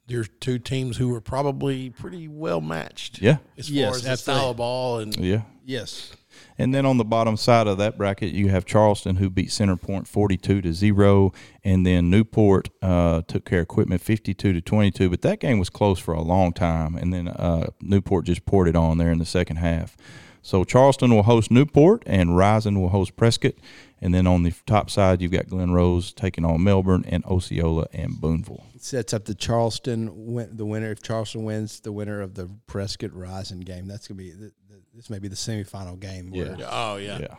S1: there's two teams who are probably pretty well matched.
S2: Yeah,
S1: as far
S3: Yes,
S1: as the style
S3: absolutely.
S1: of ball and
S2: yeah.
S3: Yes,
S2: And then on the bottom side of that bracket, you have Charleston, who beat Center Point forty-two to zero, and then Newport uh, took care of Equipment fifty-two to twenty-two. But that game was close for a long time, and then uh, Newport just poured it on there in the second half. So Charleston will host Newport, and Rising will host Prescott. And then on the top side, you've got Glen Rose taking on Melbourne, and Osceola and Boonville.
S3: it sets up the Charleston win, the winner. If Charleston wins, the winner of the Prescott Rising game. That's gonna be th- th- this may be the semifinal game. where-
S1: oh yeah.
S2: Yeah,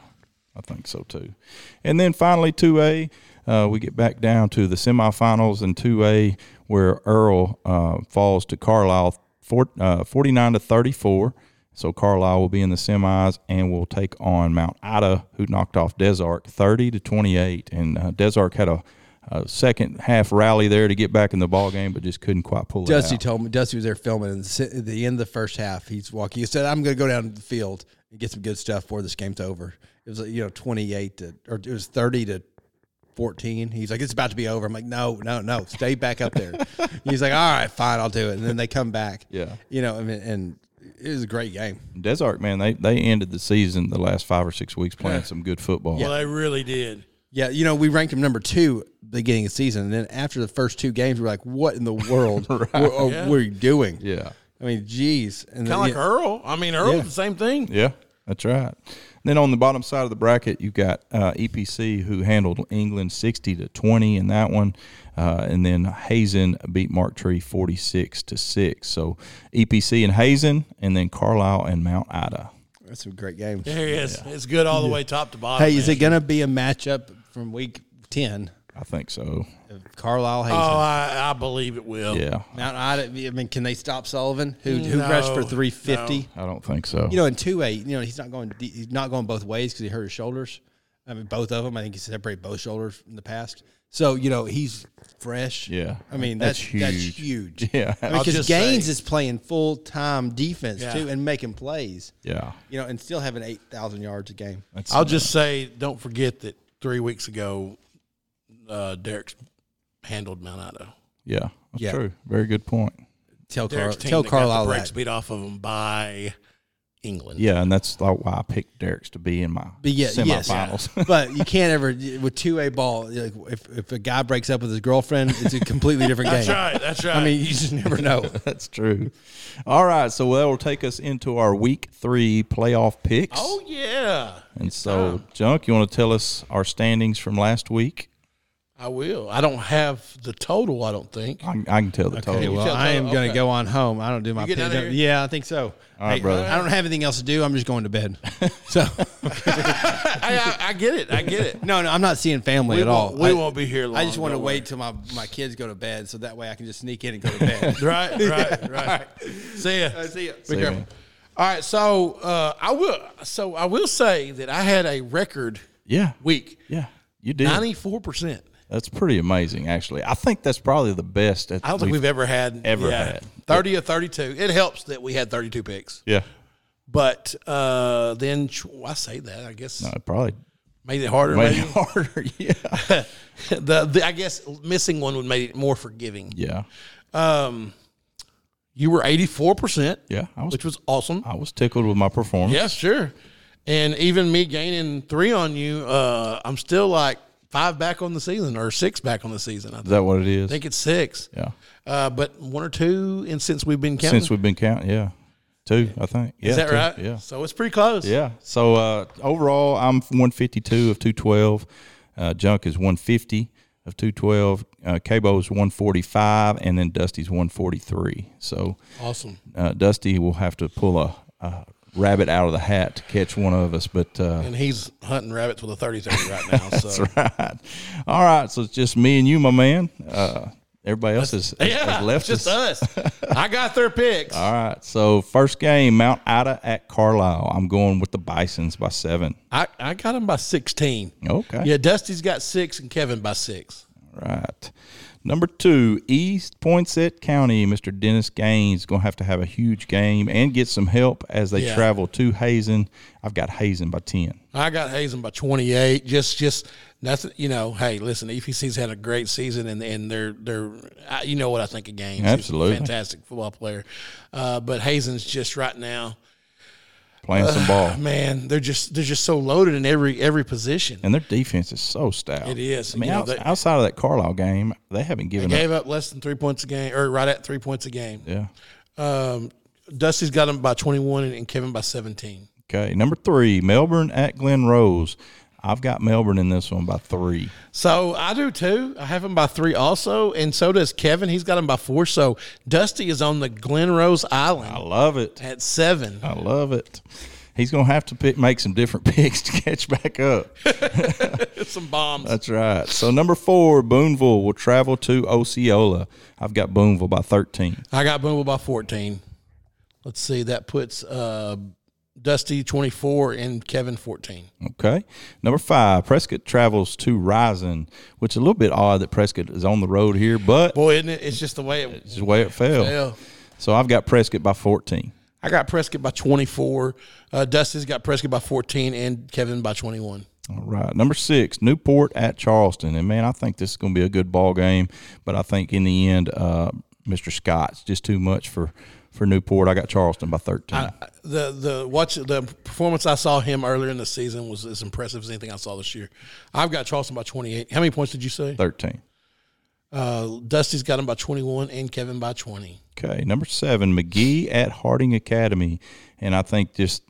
S2: I think so too. And then finally, 2A, uh, we get back down to the semifinals in 2A where Earl uh, falls to Carlisle four, uh, 49 to 34. So Carlisle will be in the semis and will take on Mount Ida, who knocked off Desark 30 to 28. And uh, Desark had a, a second half rally there to get back in the ball game, but just couldn't quite pull
S3: Dusty
S2: it out.
S3: told me Dusty was there filming, and si- at the end of the first half, he's walking. He said, "I'm going to go down to the field and get some good stuff before this game's over." It was like, you know 28 to or it was 30 to 14. He's like, "It's about to be over." I'm like, "No, no, no, stay back up there." he's like, "All right, fine, I'll do it." And then they come back.
S2: Yeah.
S3: you know, I mean, and it was a great game.
S2: Desark, man, they, they ended the season the last five or six weeks playing some good football.
S1: Well, they really did.
S3: Yeah, you know, we ranked him number two beginning of the season, and then after the first two games, we're like, "What in the world were, are we doing?"
S2: Yeah.
S3: I mean, geez, and
S1: Kind of
S3: then,
S1: like
S3: yeah,
S1: Earl. I mean, Earl, the same thing.
S2: Yeah, that's right. Then on the bottom side of the bracket, you've got uh, EPC who handled England sixty to twenty in that one, uh, and then Hazen beat Mark Tree forty six to six. So EPC and Hazen, and then Carlisle and Mount Ida.
S3: that's a great game.
S1: There he is. It's good all the way top to bottom.
S3: Hey, is
S1: man.
S3: it going to be a matchup from week 10
S2: I think so.
S3: of Carlisle Hazen?
S1: Oh, I, I believe it will.
S2: Yeah,
S3: Mount Ida, I mean, can they stop Sullivan, who who rushed for
S1: No,
S3: 350?
S2: I don't think so.
S3: You know, in 2 8, you know, he's not going he's not going both ways because he hurt his shoulders. I mean, both of them. I think he separated both shoulders in the past. So, you know, he's fresh.
S2: Yeah.
S3: I mean,
S2: That's
S3: that's, that's
S2: huge.
S3: huge.
S2: Yeah.
S3: I mean,
S2: I'll
S3: because
S1: just
S3: Gaines
S1: say-
S3: is playing full time defense,
S1: Yeah.
S3: too, and making plays,
S2: yeah,
S3: you know, and still having 8,000 yards a game.
S2: that's
S1: I'll just say, don't forget that three weeks ago, uh, Derek's handled Mount Ida.
S2: yeah, that's
S3: Yeah.
S2: true. Very good point.
S3: Tell, Car-
S1: Derek's team
S3: tell
S1: that got
S3: Carlisle
S1: the brakes
S3: that.
S1: beat off of him by England.
S2: Yeah, and that's like why I picked Derek's to be in my
S3: But yeah, yes.
S2: semifinals.
S3: but you can't ever with two a ball. Like if, if a guy breaks up with his girlfriend, it's a completely different game.
S1: That's right. That's right.
S3: I mean, you just never know.
S2: That's true. All right, so that will take us into our week three playoff picks.
S1: oh yeah,
S2: and so, Junk, you want to tell us our standings from last week?
S1: I will. I don't have the total. I don't think.
S2: I, I can tell the total.
S1: Well,
S3: I am going
S1: Okay.
S3: to go on home. I don't do my.
S1: You getting
S3: pick-
S1: out of here?
S3: Yeah, I think so.
S2: right, brother.
S3: I don't have anything else to do. I'm just going to bed. So
S1: I, I, I get it. I get it.
S3: no, no, I'm not seeing family
S1: We
S3: at all.
S1: won't- we
S3: I-
S1: won't be here long.
S3: I just want to
S1: don't
S3: wait till my my kids go to bed, so that way I can just sneak in and go to bed.
S1: worry. Right. Right. Right. See ya. see ya. Be
S2: ya,
S1: careful.
S2: man.
S1: All right. So uh, I will. So I will say that I had a record
S2: Yeah,
S1: week.
S2: yeah, you did.
S1: Ninety four percent.
S2: That's pretty amazing, actually. I think that's probably the best. At
S1: I don't think we've, ever had
S2: ever had.
S1: thirty or thirty two. It helps that we had thirty two picks.
S2: Yeah,
S1: But uh, then well, I say that I guess
S2: Uh, probably
S1: made it harder.
S2: way
S1: maybe.
S2: harder. Yeah.
S1: the, the I guess missing one would make it more forgiving.
S2: Yeah.
S1: Um, you were eighty four percent,
S2: Yeah. I was
S1: which was awesome.
S2: I was tickled with my performance.
S1: Yeah, sure. And even me gaining three on you, uh, I'm still like five back on the season or six back on the season. I
S2: Is
S1: think,
S2: that what it is?
S1: I think it's six.
S2: yeah.
S1: Uh, but one or two, and since we've been counting,
S2: Since we've been counting, yeah. Two, I think. Yeah,
S1: is that
S2: two.
S1: right?
S2: Yeah.
S1: So it's pretty close.
S2: Yeah. So uh, overall, I'm 152 of 212. Uh, Junk is 150 of 212. Uh, Cabo is 145, and then Dusty's 143. So
S1: Awesome.
S2: uh, Dusty will have to pull a, a rabbit out of the hat to catch one of us. But uh,
S1: And he's hunting rabbits with a 30 30 right now. so
S2: that's right. All right. So it's just me and you, my man. Uh, everybody else has, has-
S1: yeah,
S2: has left
S1: just
S2: us.
S1: us. I got their picks.
S2: All right. So first game, Mount Ida at Carlisle. I'm going with the Bisons by seven.
S1: I, I got them by 16.
S2: Okay.
S1: Yeah, Dusty's got six and Kevin by six.
S2: Right. Number two, East Poinsett County. Mr. Dennis Gaines going to have to have a huge game and get some help as they
S1: Yeah.
S2: travel to Hazen. I've got Hazen by 10.
S1: I got Hazen by 28. Just, just nothing. You know, hey, listen, EPC's had a great season, and and they're they're, I, you know what I think of games. He's a
S2: Absolutely.
S1: fantastic football player. Uh, but Hazen's just right now,
S2: Playing some ball.
S1: man. They're just they're just so loaded in every every position.
S2: And their defense is so stout.
S1: It is.
S2: I mean,
S1: You know,
S2: outs-
S1: they-
S2: outside of that Carlisle game, they haven't given up.
S1: Gave up less than three points a game, or right at three points a game.
S2: Yeah.
S1: Um, Dusty's got him by 21 and, and Kevin by 17.
S2: Okay. Number three, Melbourne at Glen Rose. I've got Melbourne in this one by three.
S1: So I do too. I have him by three also, and so does Kevin. He's got him by four. So Dusty is on the Glen Rose Island
S2: I love it.
S1: at seven.
S2: I love it. He's going to have to pick, make some different picks to catch back up.
S1: some bombs.
S2: That's right. So number four, Boonville will travel to Osceola. I've got Boonville by thirteen.
S1: I got Boonville by 14. Let's see. That puts uh, Dusty 24 and Kevin 14.
S2: Okay. Number five, Prescott travels to Rising, which is a little bit odd that Prescott is on the road here, but
S1: Boy, isn't it? It's just the way it
S2: it's the way it fell.
S1: fell.
S2: So I've got Prescott by fourteen.
S1: I got Prescott by 24. Uh, Dusty's got Prescott by 14 and Kevin by 21.
S2: All right. Number six, Newport at Charleston. And man, I think this is going to be a good ball game, but I think in the end, uh, Mr. Scott's just too much for for Newport. I got Charleston by thirteen.
S1: the the watch the performance I saw him earlier in the season was as impressive as anything I saw this year. I've got Charleston by 28. How many points did you say?
S2: thirteen.
S1: Uh, Dusty's got him by 21 and Kevin by 20.
S2: Okay, number seven, McGee at Harding Academy, and I think just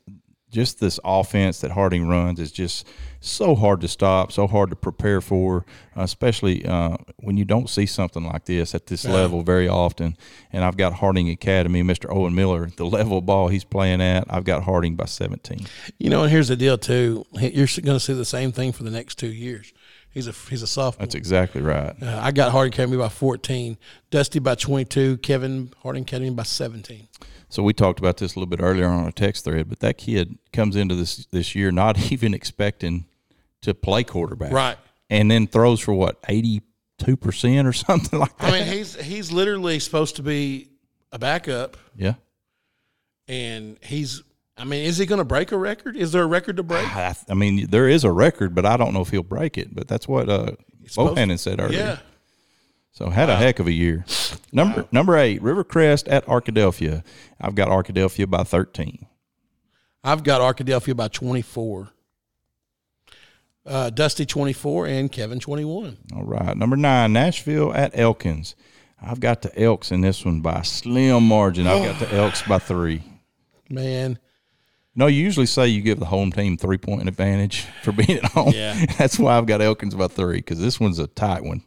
S2: just this offense that Harding runs is just so hard to stop, so hard to prepare for, especially uh, when you don't see something like this at this level very often. And I've got Harding Academy, Mr. Owen Miller, the level of ball he's playing at. I've got Harding by seventeen.
S1: You know, and here's the deal too. You're going to see the same thing for the next two years. He's a he's a sophomore.
S2: That's exactly right.
S1: Uh, I got Harding Academy by 14, Dusty by 22, Kevin Harding Academy by 17.
S2: So we talked about this a little bit earlier on our text thread, but that kid comes into this this year not even expecting to play quarterback,
S1: Right.
S2: And then throws for what eighty two percent or something like that.
S1: I mean, he's he's literally supposed to be a backup,
S2: yeah,
S1: and he's. I mean, is he going to break a record? Is there a record to break?
S2: I, I mean there is a record, but I don't know if he'll break it. But that's what uh,
S1: supposed-
S2: Bohannon said earlier.
S1: Yeah.
S2: So had a heck of a year. Number number eight, Rivercrest at Arkadelphia. I've got Arkadelphia by thirteen.
S1: I've got Arkadelphia by 24. Uh, Dusty 24 and Kevin 21.
S2: All right. Number nine, Nashville at Elkins. I've got the Elks in this one by a slim margin. I've got the Elks by three.
S1: Man,
S2: No, you usually say you give the home team three point advantage for being at home.
S1: Yeah.
S2: That's why I've got Elkins by three because this one's a tight one.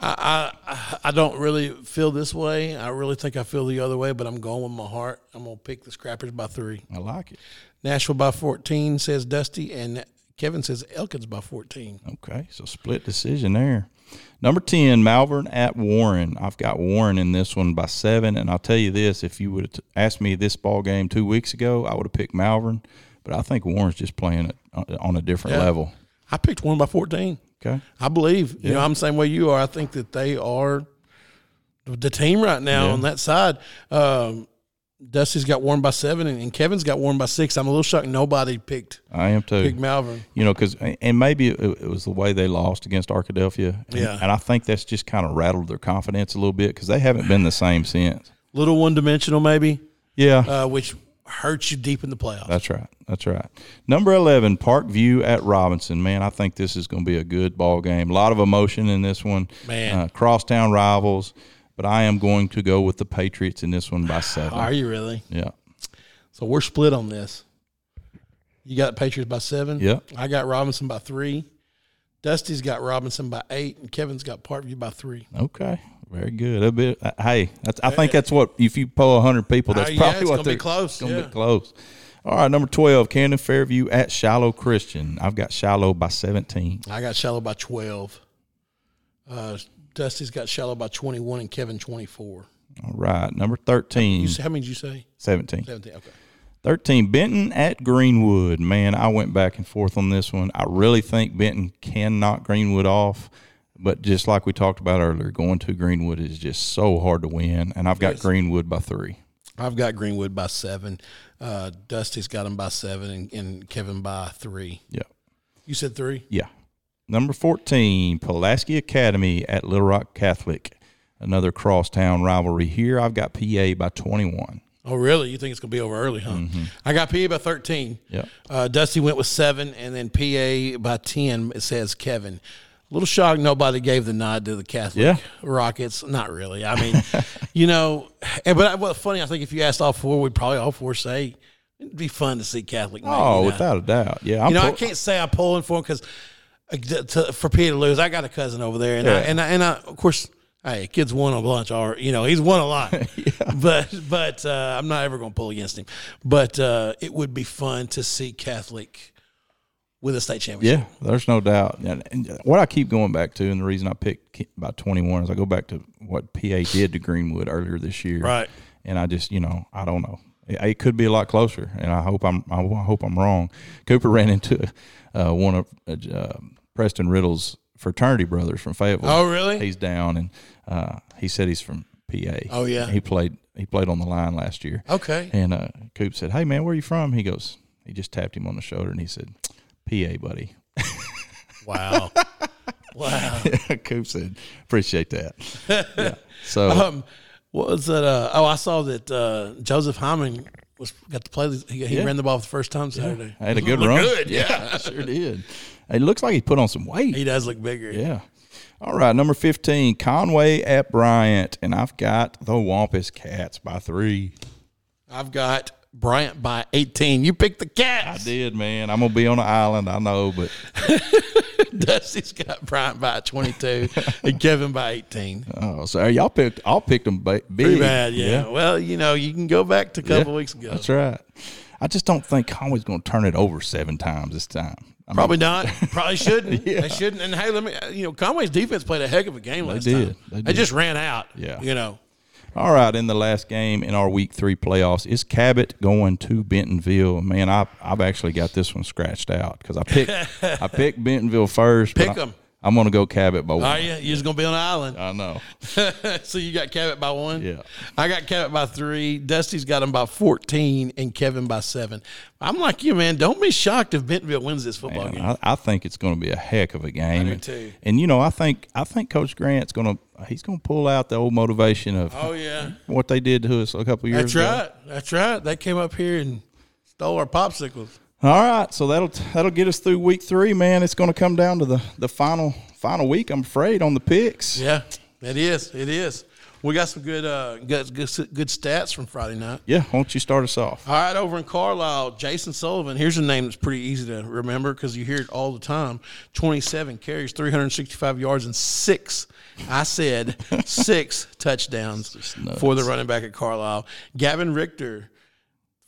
S1: I, I I don't really feel this way. I really think I feel the other way, but I'm going with my heart. I'm going to pick the Scrappers by three.
S2: I like it.
S1: Nashville by 14 says Dusty, and Kevin says Elkins by 14.
S2: Okay. So split decision there. Number 10, Malvern at Warren. I've got Warren in this one by seven. And I'll tell you this if you would have t- asked me this ball game two weeks ago, I would have picked Malvern. But I think Warren's just playing it on- on a different
S1: Yeah.
S2: level.
S1: I picked one by 14.
S2: Okay.
S1: I believe. You know, I'm the same way you are. I think that they are the team right now on that side. Um, Dusty's got Warren by seven, and, and Kevin's got Warren by six. I'm a little shocked nobody picked
S2: I am too.
S1: picked Malvern.
S2: you know, because and maybe it, it was the way they lost against Arkadelphia. And,
S1: Yeah.
S2: and I think that's just kind of rattled their confidence a little bit because they haven't been the same since.
S1: Little one dimensional, maybe,
S2: Yeah,
S1: uh, which hurts you deep in the playoffs.
S2: that's right. That's right. Number eleven, Parkview at Robinson. Man, I think this is going to be a good ball game. A lot of emotion in this one.
S1: Man.
S2: uh, crosstown rivals, but I am going to go with the Patriots in this one by seven.
S1: Are you really?
S2: Yeah,
S1: So we're split on this. You got Patriots by seven.
S2: Yeah.
S1: I got Robinson by three. Dusty's got Robinson by eight, and Kevin's got Parkview by three.
S2: okay. Very good. A bit. uh, Hey, that's, I think that's what if you poll hundred people, that's
S1: Uh, yeah,
S2: probably
S1: it's
S2: what
S1: gonna be
S2: they're
S1: close,
S2: it's Gonna
S1: yeah.
S2: be close. All right, number twelve, Camden Fairview at Shiloh Christian. I've got Shiloh by seventeen.
S1: I got Shallow by twelve. Uh, Dusty's got Shallow by twenty-one, and Kevin twenty-four.
S2: All right, number 13,
S1: So how many did you say?
S2: 17.
S1: Seventeen. Okay.
S2: 13, Benton at Greenwood. Man, I went back and forth on this one. I really think Benton can knock Greenwood off, but just like we talked about earlier, going to Greenwood is just so hard to win, and I've got Greenwood by three.
S1: I've got Greenwood by seven. Uh, Dusty's got him by seven, and, and Kevin by three.
S2: Yeah.
S1: You said three.
S2: Yeah. Number 14, Pulaski Academy at Little Rock Catholic. Another crosstown rivalry here. I've got PA by 21.
S1: Oh, really? You think it's gonna be over early, huh? I got PA by thirteen.
S2: Mm-hmm. Yep.
S1: Uh, Dusty went with seven, and then PA by ten. It says Kevin. A little shocked nobody gave the nod to the Catholic
S2: Yeah.
S1: Rockets. Not really. I mean, you know, and, but I, well, funny. I think if you asked all four, we'd probably all four say it'd be fun to see Catholic. make, you
S2: Oh,
S1: know?
S2: without a doubt. Yeah. I'm
S1: you know, I
S2: pull-
S1: can't say I'm pulling for him because for Peter to lose, I got a cousin over there, and I,
S2: Yeah.
S1: and I, and I, of course, hey, kids won a bunch, or you know, he's won a lot. But but uh, I'm not ever going to pull against him. But uh, it would be fun to see Catholic with a state championship.
S2: Yeah, there's no doubt. And, and what I keep going back to, and the reason I picked Ke- by 21 is I go back to what PA did to Greenwood earlier this year.
S1: Right.
S2: And I just, you know, I don't know. It, it could be a lot closer, and I hope I'm I wa- hope I'm wrong. Cooper ran into uh, one of uh, uh, Preston Riddle's fraternity brothers from Fayetteville.
S1: Oh, really?
S2: He's down, and uh, he said he's from PA.
S1: Oh, yeah.
S2: He played he played on the line last year.
S1: Okay.
S2: And uh, Coop said, "Hey man, where are you from?" He goes, he just tapped him on the shoulder, and he said, "PA, buddy."
S1: Wow. wow.
S2: Coop said, "Appreciate that." Yeah. So
S1: Um, what was it? Uh, oh, I saw that uh, Joseph Hyman was got to play. this- He, he
S2: Yeah.
S1: ran the ball for the first time Saturday.
S2: I had a good
S1: Looked
S2: run.
S1: Good.
S2: yeah, sure did. It looks like he put on some weight.
S1: He does look bigger.
S2: Yeah. All right, number fifteen, Conway at Bryant, and I've got the Wampus Cats by three.
S1: I've got Bryant by 18. You picked the
S2: I
S1: Cats.
S2: did, man. I'm gonna be on an island. I know, but
S1: Dusty's got Bryant by 22 and Kevin by 18.
S2: oh, so y'all picked. I'll pick them ba- big.
S1: Pretty bad, yeah. Well, you know, you can go back to a couple
S2: Yeah,
S1: weeks ago.
S2: That's right. I just don't think Conway's going to turn it over seven times this time. I mean,
S1: Probably not. Probably shouldn't. They shouldn't. And hey, let me. You know, Conway's defense played a heck of a game last
S2: did.
S1: time.
S2: They
S1: They,
S2: did.
S1: just ran out.
S2: Yeah.
S1: You know.
S2: All right, in the last game in our week three playoffs, is Cabot going to Bentonville? Man, I, I've actually got this one scratched out because I picked I picked Bentonville first. but
S1: Pick
S2: I-
S1: 'em.
S2: I'm going to go Cabot by one.
S1: Are you? You're just gonna be on an island.
S2: I know.
S1: so you got Cabot by one.
S2: Yeah.
S1: I got Cabot by three. Dusty's got him by fourteen, and Kevin by seven. I'm like you, man. Don't be shocked if Bentonville wins this football
S2: And
S1: game.
S2: I, I think it's going to be a heck of a game. and,
S1: too.
S2: and, you know, I think I think Coach Grant's going to he's going to pull out the old motivation of
S1: Oh yeah.
S2: what they did to us a couple years
S1: That's
S2: ago.
S1: right. That's right. They came up here and stole our popsicles.
S2: All right, so that'll that'll get us through week three, man. It's going to come down to the the final final week. I'm afraid on the picks.
S1: Yeah, it is. It is. We got some good, uh, good, good, good stats from Friday night.
S2: Yeah, why don't you start us off?
S1: All right, over in Carlisle, Jason Sullivan. Here's a name that's pretty easy to remember because you hear it all the time. 27 carries, 365 yards, and six. I said six touchdowns for the running back at Carlisle. Gavin Richter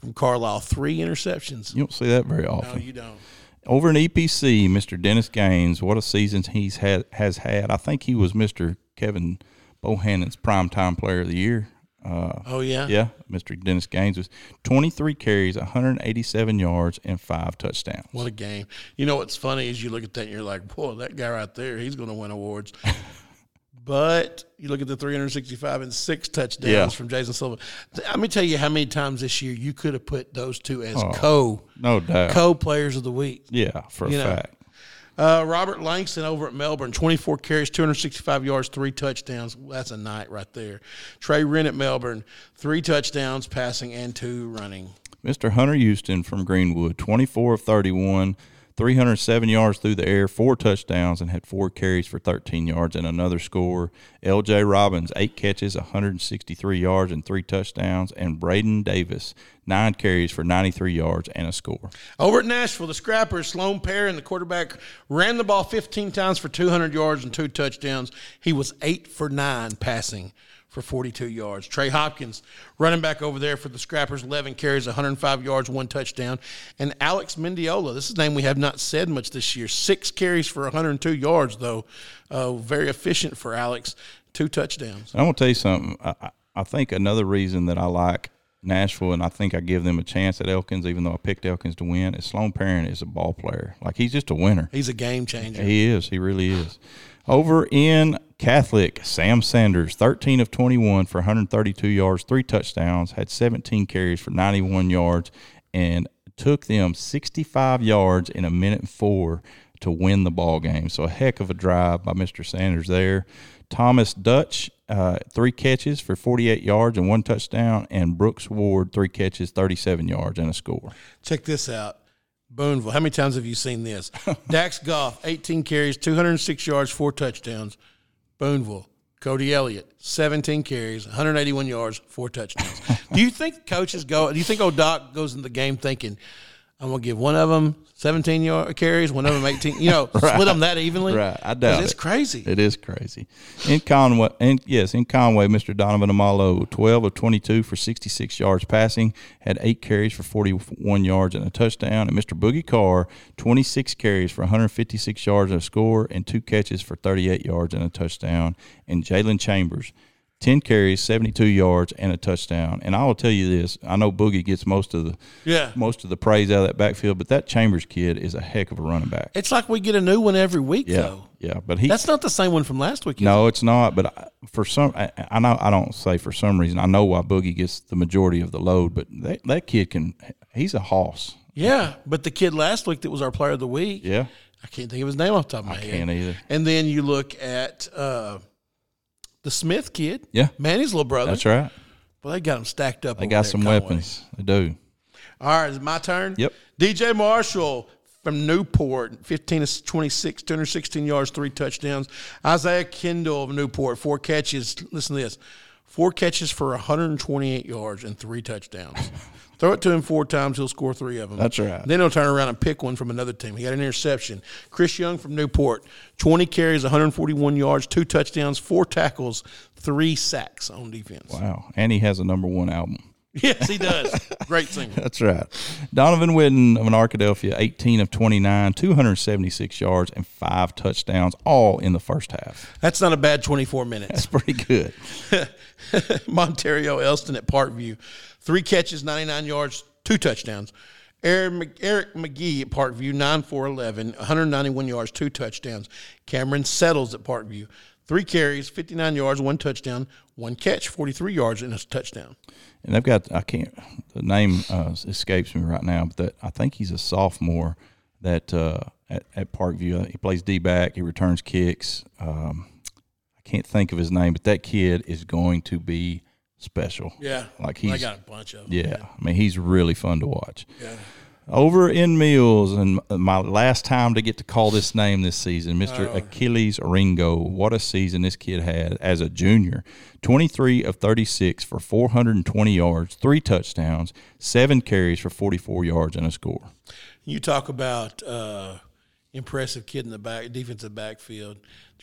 S1: from Carlisle, three interceptions.
S2: You don't see that very
S1: No,
S2: often.
S1: you don't.
S2: Over in E EPC, Mr. Dennis Gaines, what a season he's had has had. I think he was Mr. Kevin Bohannon's primetime player of the year. Uh,
S1: Oh yeah.
S2: yeah, Mr. Dennis Gaines was 23 carries, 187 yards, and five touchdowns.
S1: What a game. You know what's funny is you look at that and you're like, boy, that guy right there, he's going to win awards. But you look at the 365 and six touchdowns
S2: Yeah.
S1: from Jason Sullivan. Th- Let me tell you how many times this year you could have put those two as co
S2: No doubt.
S1: co players of the week.
S2: yeah, for a
S1: You know.
S2: fact.
S1: Uh, Robert Langston over at Melbourne, 24 carries, 265 yards, three touchdowns. That's a night right there. Trey Wren at Melbourne, three touchdowns passing and two running.
S2: Mr. Hunter Houston from Greenwood, 24 of 31, 307 yards through the air, four touchdowns, and had four carries for 13 yards and another score. LJ Robbins, eight catches, 163 yards, and three touchdowns. And Braden Davis, nine carries for 93 yards and a score.
S1: Over at Nashville, the scrappers, Sloan Pear and the quarterback ran the ball 15 times for 200 yards and two touchdowns. He was eight for nine passing for 42 yards. Trey Hopkins, running back over there for the scrappers, 11 carries, 105 yards, one touchdown. And Alex Mendiola, this is a name we have not said much this year, six carries for 102 yards, though. Uh, very efficient for Alex, two touchdowns.
S2: And I'm gonna tell you something. I, I- I think another reason that I like Nashville, and I think I give them a chance at Elkins, even though I picked Elkins to win, is Sloan Perrin is a ball player. Like he's just a winner.
S1: He's a game changer.
S2: He is. He really is. Over in Catholic, Sam Sanders, 13 of 21 for 132 yards, three touchdowns, had 17 carries for 91 yards, and took them 65 yards in a minute and four to win the ball game. So a heck of a drive by Mr. Sanders there. Thomas Dutch, uh, three catches for 48 yards and one touchdown, and Brooks Ward, three catches, 37 yards and a score.
S1: Check this out. Boonville. How many times have you seen this? Dax Goff, 18 carries, 206 yards, four touchdowns. Boonville. Cody Elliott, 17 carries, 181 yards, four touchdowns. do you think coaches go, do you think old Doc goes in the game thinking, I'm going to give one of them 17 yard carries, one of them 18, you know, split them that evenly?
S2: Right, I
S1: 'Cause
S2: doubt
S1: It's
S2: it.
S1: crazy.
S2: It is crazy. In Conway, in, yes, in Conway, Mr. Donovan Amalo, 12 of 22 for 66 yards passing, had eight carries for 41 yards and a touchdown. And Mr. Boogie Carr, 26 carries for 156 yards and a score, and two catches for 38 yards and a touchdown. And Jalen Chambers, 10 carries, 72 yards, and a touchdown. And I will tell you this I know Boogie gets most of the.
S1: Yeah.
S2: Most of the praise out of that backfield, but that Chambers kid is a heck of a running back.
S1: It's like we get a new one every week,
S2: yeah,
S1: though.
S2: yeah, but he
S1: That's not the same one from last week. is
S2: no, it's not. But I, for some, I, I know I don't say for some reason. I know why Boogie gets the majority of the load, but that, that kid can. He's a hoss.
S1: Yeah, but the kid last week that was our player of the week.
S2: Yeah.
S1: I can't think of his name off the top of my head.
S2: can't either.
S1: And then you look at uh, the Smith kid.
S2: Yeah.
S1: Manny's little brother.
S2: That's right.
S1: Well, they got him stacked up.
S2: They got some weapons. They do.
S1: All right, it's my turn.
S2: Yep.
S1: DJ Marshall from Newport, 15 to 26, 216 yards, three touchdowns. Isaiah Kendall of Newport, four catches. Listen to this four catches for 128 yards and three touchdowns. Throw it to him four times, he'll score three of them.
S2: That's right.
S1: Then he'll turn around and pick one from another team. He got an interception. Chris Young from Newport, 20 carries, 141 yards, two touchdowns, four tackles, three sacks on defense.
S2: Wow. And he has a number one album.
S1: Yes, he does. Great singer.
S2: That's right. Donovan Whitten of Arkadelphia, 18 of 29, 276 yards and five touchdowns, all in the first half.
S1: That's not a bad 24 minutes.
S2: That's pretty good.
S1: Monterio Elston at Parkview, three catches, 99 yards, two touchdowns. Eric, Mc- Eric McGee at Parkview, 9 for 11, 191 yards, two touchdowns. Cameron Settles at Parkview, three carries, 59 yards, one touchdown, one catch, 43 yards, and a touchdown.
S2: and they've got I can't the name uh, escapes me right now, but that I think he's a sophomore that uh, at, at Parkview. Uh, He plays D back. He returns kicks. Um, I can't think of his name, but that kid is going to be special. like he's
S1: got a bunch of them.
S2: yeah. I mean, he's really fun to watch. Over in Mills, and my last time to get to call this name this season, Mr. Achilles Ringo. What a season this kid had as a junior. 23 of 36 for 420 yards, three touchdowns, seven carries for 44 yards, and a score.
S1: You talk about uh, impressive kid in the back defensive backfield,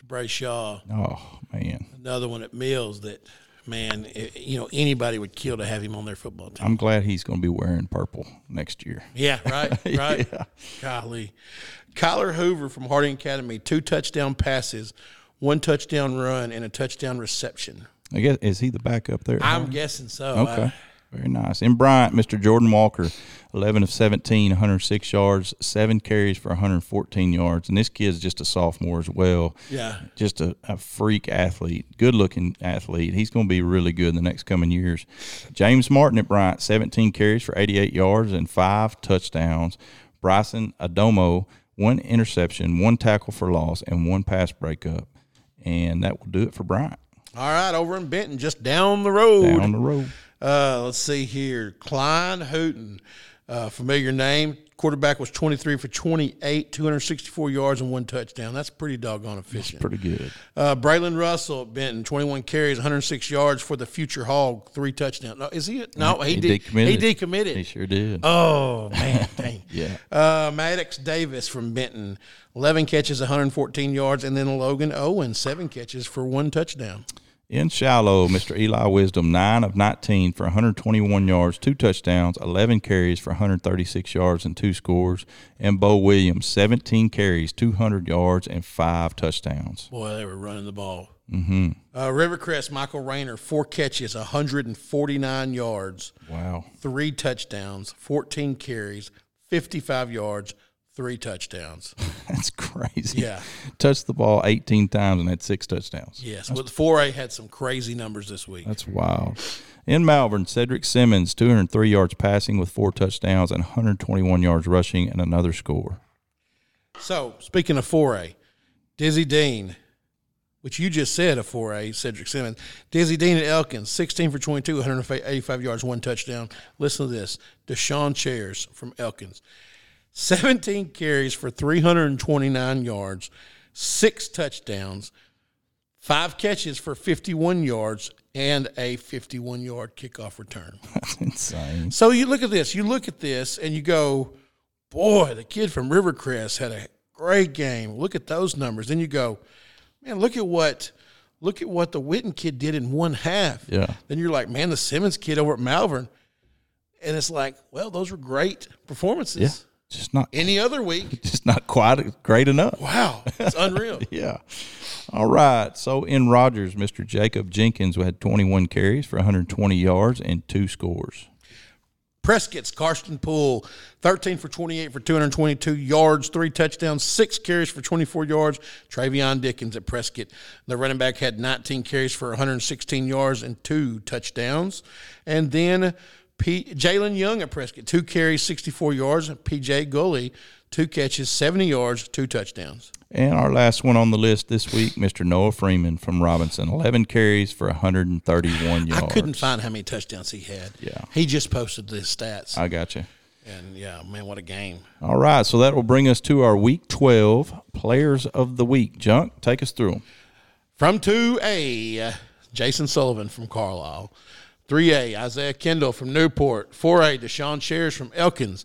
S1: Bray Shaw.
S2: Oh, man.
S1: another one at Mills that, man, it, you know, anybody would kill to have him on their football team.
S2: I'm glad he's going to be wearing purple next year.
S1: Yeah, right, right. Golly. Kyler Hoover from Harding Academy, two touchdown passes, one touchdown run, and a touchdown reception.
S2: I guess, is he the backup there?
S1: I'm guessing so.
S2: Okay.
S1: I-
S2: Very nice. In Bryant, Mr. Jordan Walker, 11 of 17, 106 yards, seven carries for 114 yards. And this kid's just a sophomore as well.
S1: Yeah.
S2: Just a, a freak athlete, good looking athlete. He's going to be really good in the next coming years. James Martin at Bryant, 17 carries for 88 yards and five touchdowns. Bryson Adomo, one interception, one tackle for loss, and one pass breakup. And that will do it for Bryant.
S1: All right, over in Benton, just down the road.
S2: Down the road.
S1: Uh, let's see here. Klein Hooten, uh, familiar name. Quarterback was 23 for 28, 264 yards and one touchdown. That's pretty doggone efficient.
S2: Pretty good.
S1: Uh, Braylon Russell at Benton, 21 carries, 106 yards for the future hog, three touchdowns. No, is he? No, he,
S2: He
S1: did.
S2: decommitted.
S1: He decommitted.
S2: He sure did.
S1: Oh man, dang.
S2: Yeah.
S1: Uh, Maddox Davis from Benton, eleven catches, 114 yards, and then Logan Owen, seven catches for one touchdown.
S2: In shallow, Mr. Eli Wisdom, 9 of 19 for 121 yards, two touchdowns, 11 carries for 136 yards and two scores. And Bo Williams, 17 carries, 200 yards, and five touchdowns.
S1: Boy, they were running the ball. Mm-hmm. Uh, Rivercrest Michael Rayner, four catches, 149 yards,
S2: Wow.
S1: three touchdowns, 14 carries, 55 yards, three touchdowns.
S2: That's crazy.
S1: Yeah.
S2: Touched the ball 18 times and had six touchdowns.
S1: Yes, but the 4A had some crazy numbers this week.
S2: That's wild. In Malvern, Cedric Simmons, 203 yards passing with four touchdowns and 121 yards rushing and another score.
S1: So speaking of foray, Dizzy Dean, which you just said a foray, Cedric Simmons, Dizzy Dean at Elkins, sixteen for 22, 185 yards, one touchdown. Listen to this: Deshaun Chairs from Elkins, seventeen carries for three hundred and twenty nine yards, six touchdowns, five catches for fifty one yards, and a fifty one yard kickoff return.
S2: That's insane.
S1: So you look at this, you look at this, and you go, boy, the kid from Rivercrest had a great game. Look at those numbers. Then you go, man, look at what, look at what the Witten kid did in one half.
S2: Yeah.
S1: Then you're like, man, the Simmons kid over at Malvern, and it's like, well, those were great
S2: Yeah.
S1: performances.
S2: Just not
S1: Any other week,
S2: just not quite great enough.
S1: wow, it's unreal.
S2: Yeah. All right. So in Rogers, Mr. Jacob Jenkins had 21 carries for 120 yards and two scores.
S1: Prescott's Karsten Poole, 13 for 28 for 222 yards, three touchdowns, six carries for 24 yards. Travion Dickens at Prescott. The running back had 19 carries for 116 yards and two touchdowns. And then P- Jalen Young at Prescott, two carries, 64 yards. PJ Gully, two catches, 70 yards, two touchdowns.
S2: And our last one on the list this week, Mr. Noah Freeman from Robinson, 11 carries for 131 yards.
S1: I couldn't find how many touchdowns he had.
S2: Yeah.
S1: He just posted the stats.
S2: I got you.
S1: and yeah, man, what a game.
S2: All right. So that will bring us to our Week 12 Players of the Week. Junk, take us through 'em.
S1: From 2A, uh, Jason Sullivan from Carlisle. 3A, Isaiah Kendall from Newport. 4A, Deshaun Shares from Elkins.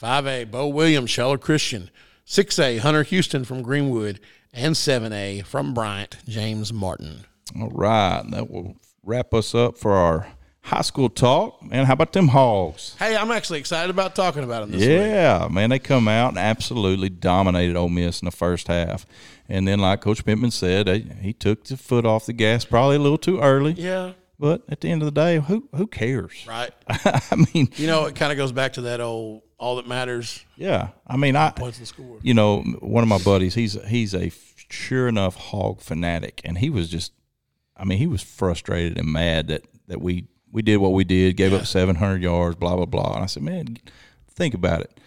S1: 5A, Bo Williams, Shallow Christian. 6A, Hunter Houston from Greenwood. And 7A, from Bryant, James Martin.
S2: All right. That will wrap us up for our high school talk. And how about them hogs?
S1: Hey, I'm actually excited about talking about him this week.
S2: Yeah, man, they come out and absolutely dominated Ole Miss in the first half, and then like Coach Pittman said, they, he took the foot off the gas probably a little too early.
S1: Yeah.
S2: But at the end of the day, who who cares?
S1: Right.
S2: I mean,
S1: You know, it kind of goes back to that old all that matters
S2: yeah, I mean, I
S1: was the score.
S2: you know one of my buddies, he's he's a sure enough hog fanatic, and he was just, I mean, he was frustrated and mad that that we we did what we did, gave up seven hundred yards, blah blah blah, and I said, man, think about it.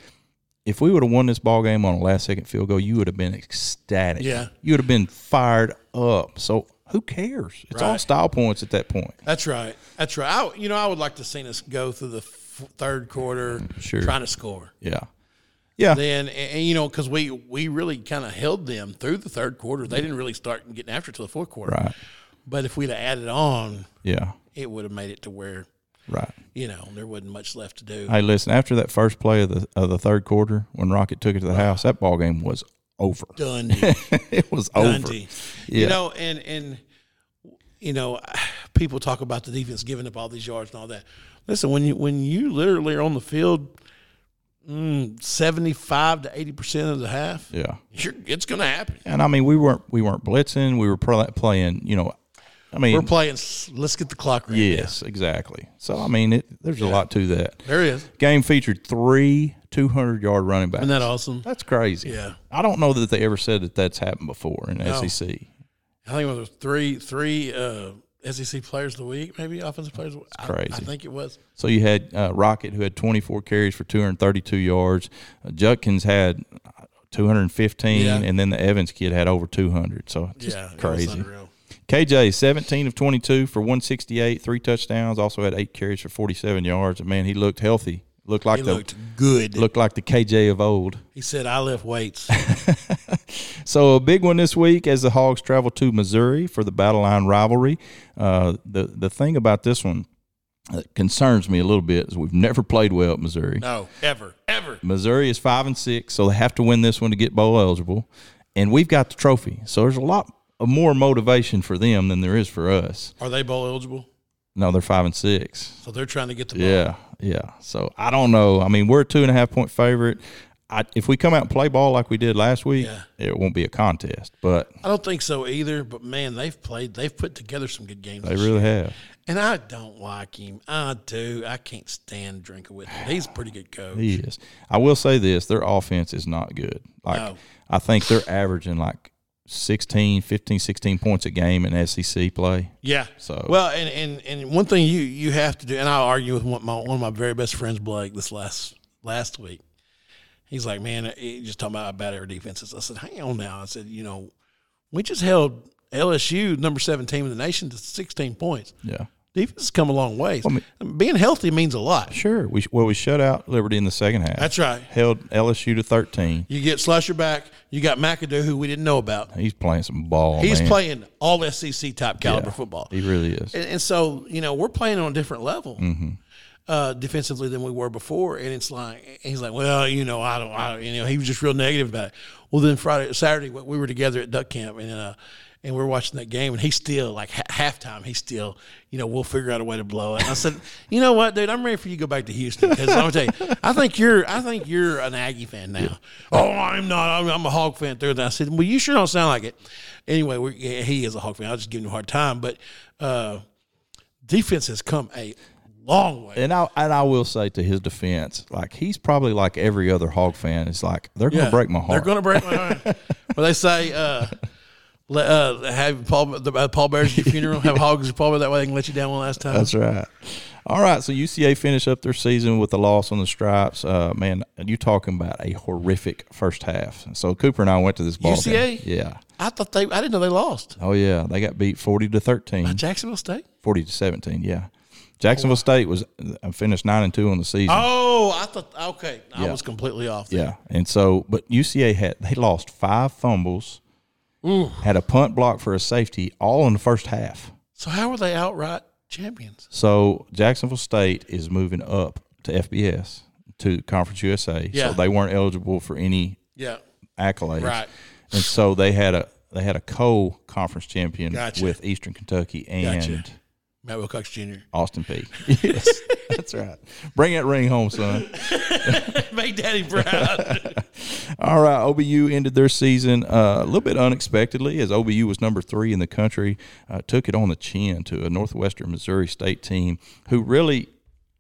S2: if we would have won this ball game on a last second field goal, you would have been ecstatic.
S1: Yeah.
S2: You would have been fired up. So who cares? It's all
S1: Right.
S2: style points at that point.
S1: That's right. That's right. I, you know, I would like to see us go through the f- third quarter
S2: Sure.
S1: trying to score.
S2: Yeah. Yeah.
S1: then and, and, you know because we we really kind of held them through the third quarter they didn't really start getting after it till the fourth quarter
S2: right.
S1: but if we'd have added on
S2: Yeah.
S1: it would have made it to where
S2: Right.
S1: you know there wasn't much left to do
S2: Hey, listen, after that first play of the of the third quarter when Rocket took it to the house, that ball game was over.
S1: done
S2: it was over.
S1: done
S2: Yeah.
S1: you know and and you know people talk about the defense giving up all these yards and all that listen when you when you literally are on the field mm, 75 to 80 percent of the half
S2: Yeah.
S1: you're, it's gonna happen
S2: And I mean, we weren't we weren't blitzing. We were pro- playing, you know, I mean,
S1: We're playing. s- Let's get the clock right.
S2: yes, exactly. So I mean, it, there's a lot to that.
S1: There is.
S2: Game featured three 200 yard running backs.
S1: Isn't that awesome?
S2: That's crazy.
S1: Yeah.
S2: I don't know that they ever said that that's happened before in E SEC.
S1: I think it was three three uh, SEC players of the week, maybe offensive players. Of the week. I- I,
S2: crazy.
S1: think it was.
S2: So you had uh, Rocket, who had 24 carries for 232 yards. Uh, Judkins had uh, 215,
S1: Yeah.
S2: and then the Evans kid had over 200. So just
S1: Yeah, it was
S2: crazy.
S1: unreal.
S2: KJ, 17 of 22 for 168, three touchdowns. Also had eight carries for 47 yards. And man, he looked healthy. Looked like
S1: He
S2: the
S1: looked good.
S2: looked like the KJ of old.
S1: He said, "I lift weights."
S2: So a big one this week as the Hogs travel to Missouri for the battle line rivalry. Uh, the the thing about this one that concerns me a little bit is we've never played well at Missouri.
S1: no, ever, ever.
S2: Missouri is five and six, so they have to win this one to get bowl eligible, and we've got the trophy. So there's a lot of more motivation for them than there is for us.
S1: Are they bowl eligible?
S2: No, they're five and six.
S1: So they're trying to get the bowl.
S2: Yeah, yeah. So I don't know. I mean, we're a two and a half point favorite. I, if we come out and play ball like we did last week,
S1: Yeah.
S2: it won't be a contest. But
S1: I don't think so either. But man, they've played. They've put together some good games.
S2: they
S1: this
S2: really have.
S1: And I don't like him. I do. I can't stand drinking with him. He's a pretty good coach.
S2: He is. I will say this: their offense is not good. Like
S1: No.
S2: I think they're averaging like 16, 15, 16 points a game in SEC play.
S1: yeah.
S2: So-
S1: well, and, and and one thing you you have to do, and I argue with one, my, one of my very best friends, Blake, this last last week. He's like, man, you just talking about how bad our defenses. I said, hang on now. I said, you know, we just held LSU number seven team in the nation to sixteen points.
S2: Yeah,
S1: Defense has come a long ways. Being healthy means a lot.
S2: sure. We well we shut out Liberty in the second half.
S1: That's right.
S2: Held LSU to thirteen.
S1: You get Slusher back. You got McAdoo, who we didn't know about.
S2: He's playing some ball.
S1: He's
S2: man.
S1: playing all SEC top caliber
S2: Yeah.
S1: football.
S2: He Mm-hmm. really is.
S1: And, and so, you know, we're playing on a different level uh, defensively than we were before. And it's like, and he's like, well, you know, I don't, I, don't-" you know, he was just real negative about it. Well, then Friday, Saturday, we we were together at Duck Camp and, uh, and we are watching that game, and he's still like ha- halftime. He's still, you know, we'll figure out a way to blow it. And I said, you know what, dude, I'm ready for you to go back to Houston because I'm gonna tell you, I think you're, I think you're an Aggie fan now. Oh, I'm not. I'm, I'm a Hog fan through and I said, well, you sure don't sound like it. Anyway, we're, yeah, he is a Hog fan. I was just giving him a hard time, but uh, defense has come a long way.
S2: and I and I will say to his defense, like he's probably like every other Hog fan. It's like they're gonna
S1: Yeah.
S2: break my heart.
S1: They're going to break my heart. well, they say, uh, le- uh, have Paul the, uh, Paul Bears at your funeral, have hogs at Paul Bear. That way they can let you down one last time.
S2: That's right. All right. So UCA finished up their season with a loss on the Stripes. Uh, man, you talking about a horrific first half. So Cooper and I went to this ball
S1: UCA?
S2: game. Yeah.
S1: I thought they. I didn't know they lost.
S2: Oh yeah, they got beat forty to thirteen,
S1: Jacksonville State.
S2: forty to seventeen. Yeah. Jacksonville State was uh, finished nine and two on the season.
S1: Oh, I thought. Okay, I
S2: Yeah.
S1: was completely off. there.
S2: Yeah, and so but UCA had they lost five fumbles, had a punt block for a safety, all in the first half.
S1: So how were they outright champions?
S2: So Jacksonville State is moving up to FBS to Conference USA.
S1: Yeah.
S2: So they weren't eligible for any
S1: Yeah.
S2: accolades.
S1: Right.
S2: And so they had a they had a co conference champion
S1: Gotcha.
S2: with Eastern Kentucky and
S1: Gotcha. Matt Wilcox Jr.
S2: Austin P. yes. That's right. Bring that ring home, son.
S1: Make Daddy proud.
S2: All right, OBU ended their season uh, a little bit unexpectedly as OBU was number three in the country, uh, took it on the chin to a Northwestern Missouri State team who really,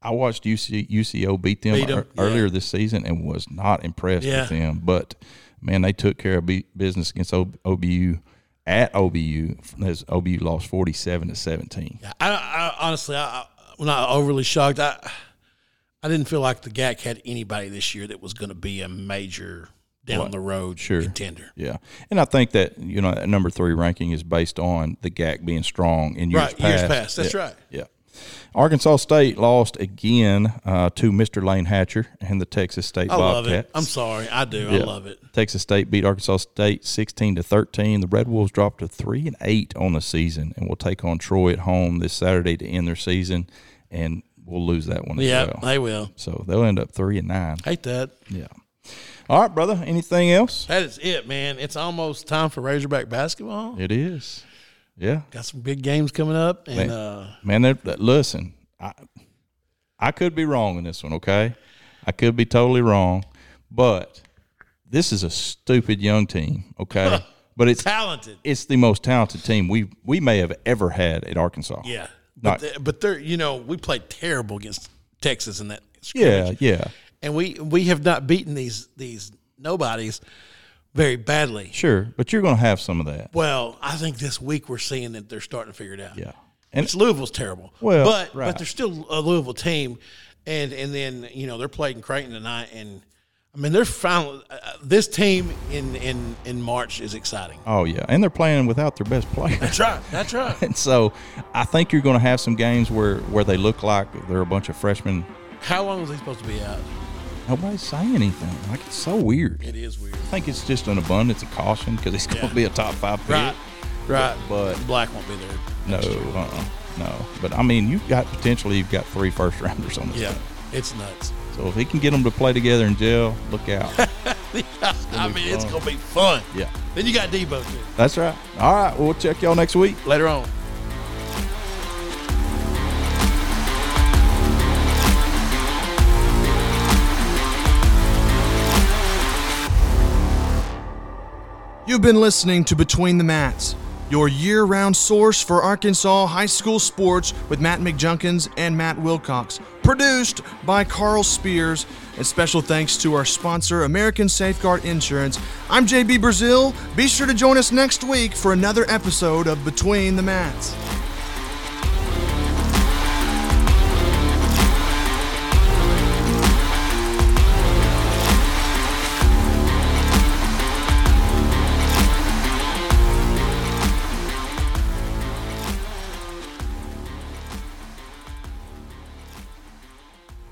S2: I watched UC, UCO beat them,
S1: Beat 'em,
S2: ear-
S1: yeah.
S2: earlier this season and was not impressed
S1: Yeah.
S2: with them. But man, they took care of bu- business against O- OBU at OBU as OBU lost forty seven to seventeen.
S1: I, I honestly, I, I- I'm not overly shocked. I, I didn't feel like the GAC had anybody this year that was going to be a major down the road contender.
S2: Yeah, and I think that you know that number three ranking is based on the GAC being strong in years
S1: Right,
S2: past.
S1: years past. That's
S2: Yeah.
S1: right.
S2: Yeah. Arkansas State lost again uh, to Mr. Lane Hatcher and the Texas State
S1: I love
S2: Bobcats.
S1: it. I'm sorry, I do. I love it.
S2: Texas State beat Arkansas State 16 to 13. The Red Wolves dropped to 3 and 8 on the season and will take on Troy at home this Saturday to end their season and we'll lose that one
S1: Yeah,
S2: as well.
S1: they will.
S2: So they'll end up 3 and 9.
S1: Hate that.
S2: Yeah. All right, brother, anything else?
S1: That is it, man. It's almost time for Razorback basketball.
S2: It is. Yeah.
S1: Got some big games coming up, and
S2: Man.
S1: uh,
S2: Man, they're, that- listen, I I could be wrong in this one, okay? I could be totally wrong, but this is a stupid young team, okay? but it's
S1: talented.
S2: it's the most talented team we we may have ever had at Arkansas.
S1: Yeah, but
S2: Not-
S1: they, but they're you know we played terrible against Texas in that
S2: yeah,
S1: scrimmage,
S2: yeah.
S1: and we we have not beaten these these nobodies very badly.
S2: Sure, but you're going to have some of that.
S1: Well, I think this week we're seeing that they're starting to figure it out.
S2: Yeah, and
S1: it's Louisville's terrible.
S2: Well,
S1: but
S2: right.
S1: but they're still a Louisville team, and and then you know they're playing Creighton tonight, and I mean they're final. Uh, uh, this team in in in March is exciting.
S2: oh yeah, and they're playing without their best player.
S1: That's right. That's right.
S2: And so I think you're going to have some games where, where they look like they're a bunch of freshmen.
S1: How long was they supposed to be out?
S2: Nobody's saying anything. Like it's so weird.
S1: It is weird.
S2: I think it's just an abundance of caution because it's going to
S1: Yeah.
S2: be a top five pick.
S1: Right. Right.
S2: But-
S1: Black won't be there.
S2: No, uh-uh, no. But I mean, you've got potentially you've got three first rounders on this.
S1: Yeah.
S2: team.
S1: It's nuts.
S2: So if he can get them to play together in jail, look out.
S1: I mean, it's
S2: fun.
S1: gonna be fun.
S2: Yeah.
S1: Then you got Debo too.
S2: That's right. All right. We'll check y'all next week.
S1: Later on.
S4: You've been listening to Between the Mats, your year round source for Arkansas high school sports with Matt McJunkins and Matt Wilcox. Produced by Carl Spears, and special thanks to our sponsor, American Safeguard Insurance. I'm JB Brazil. Be sure to join us next week for another episode of Between the Mats.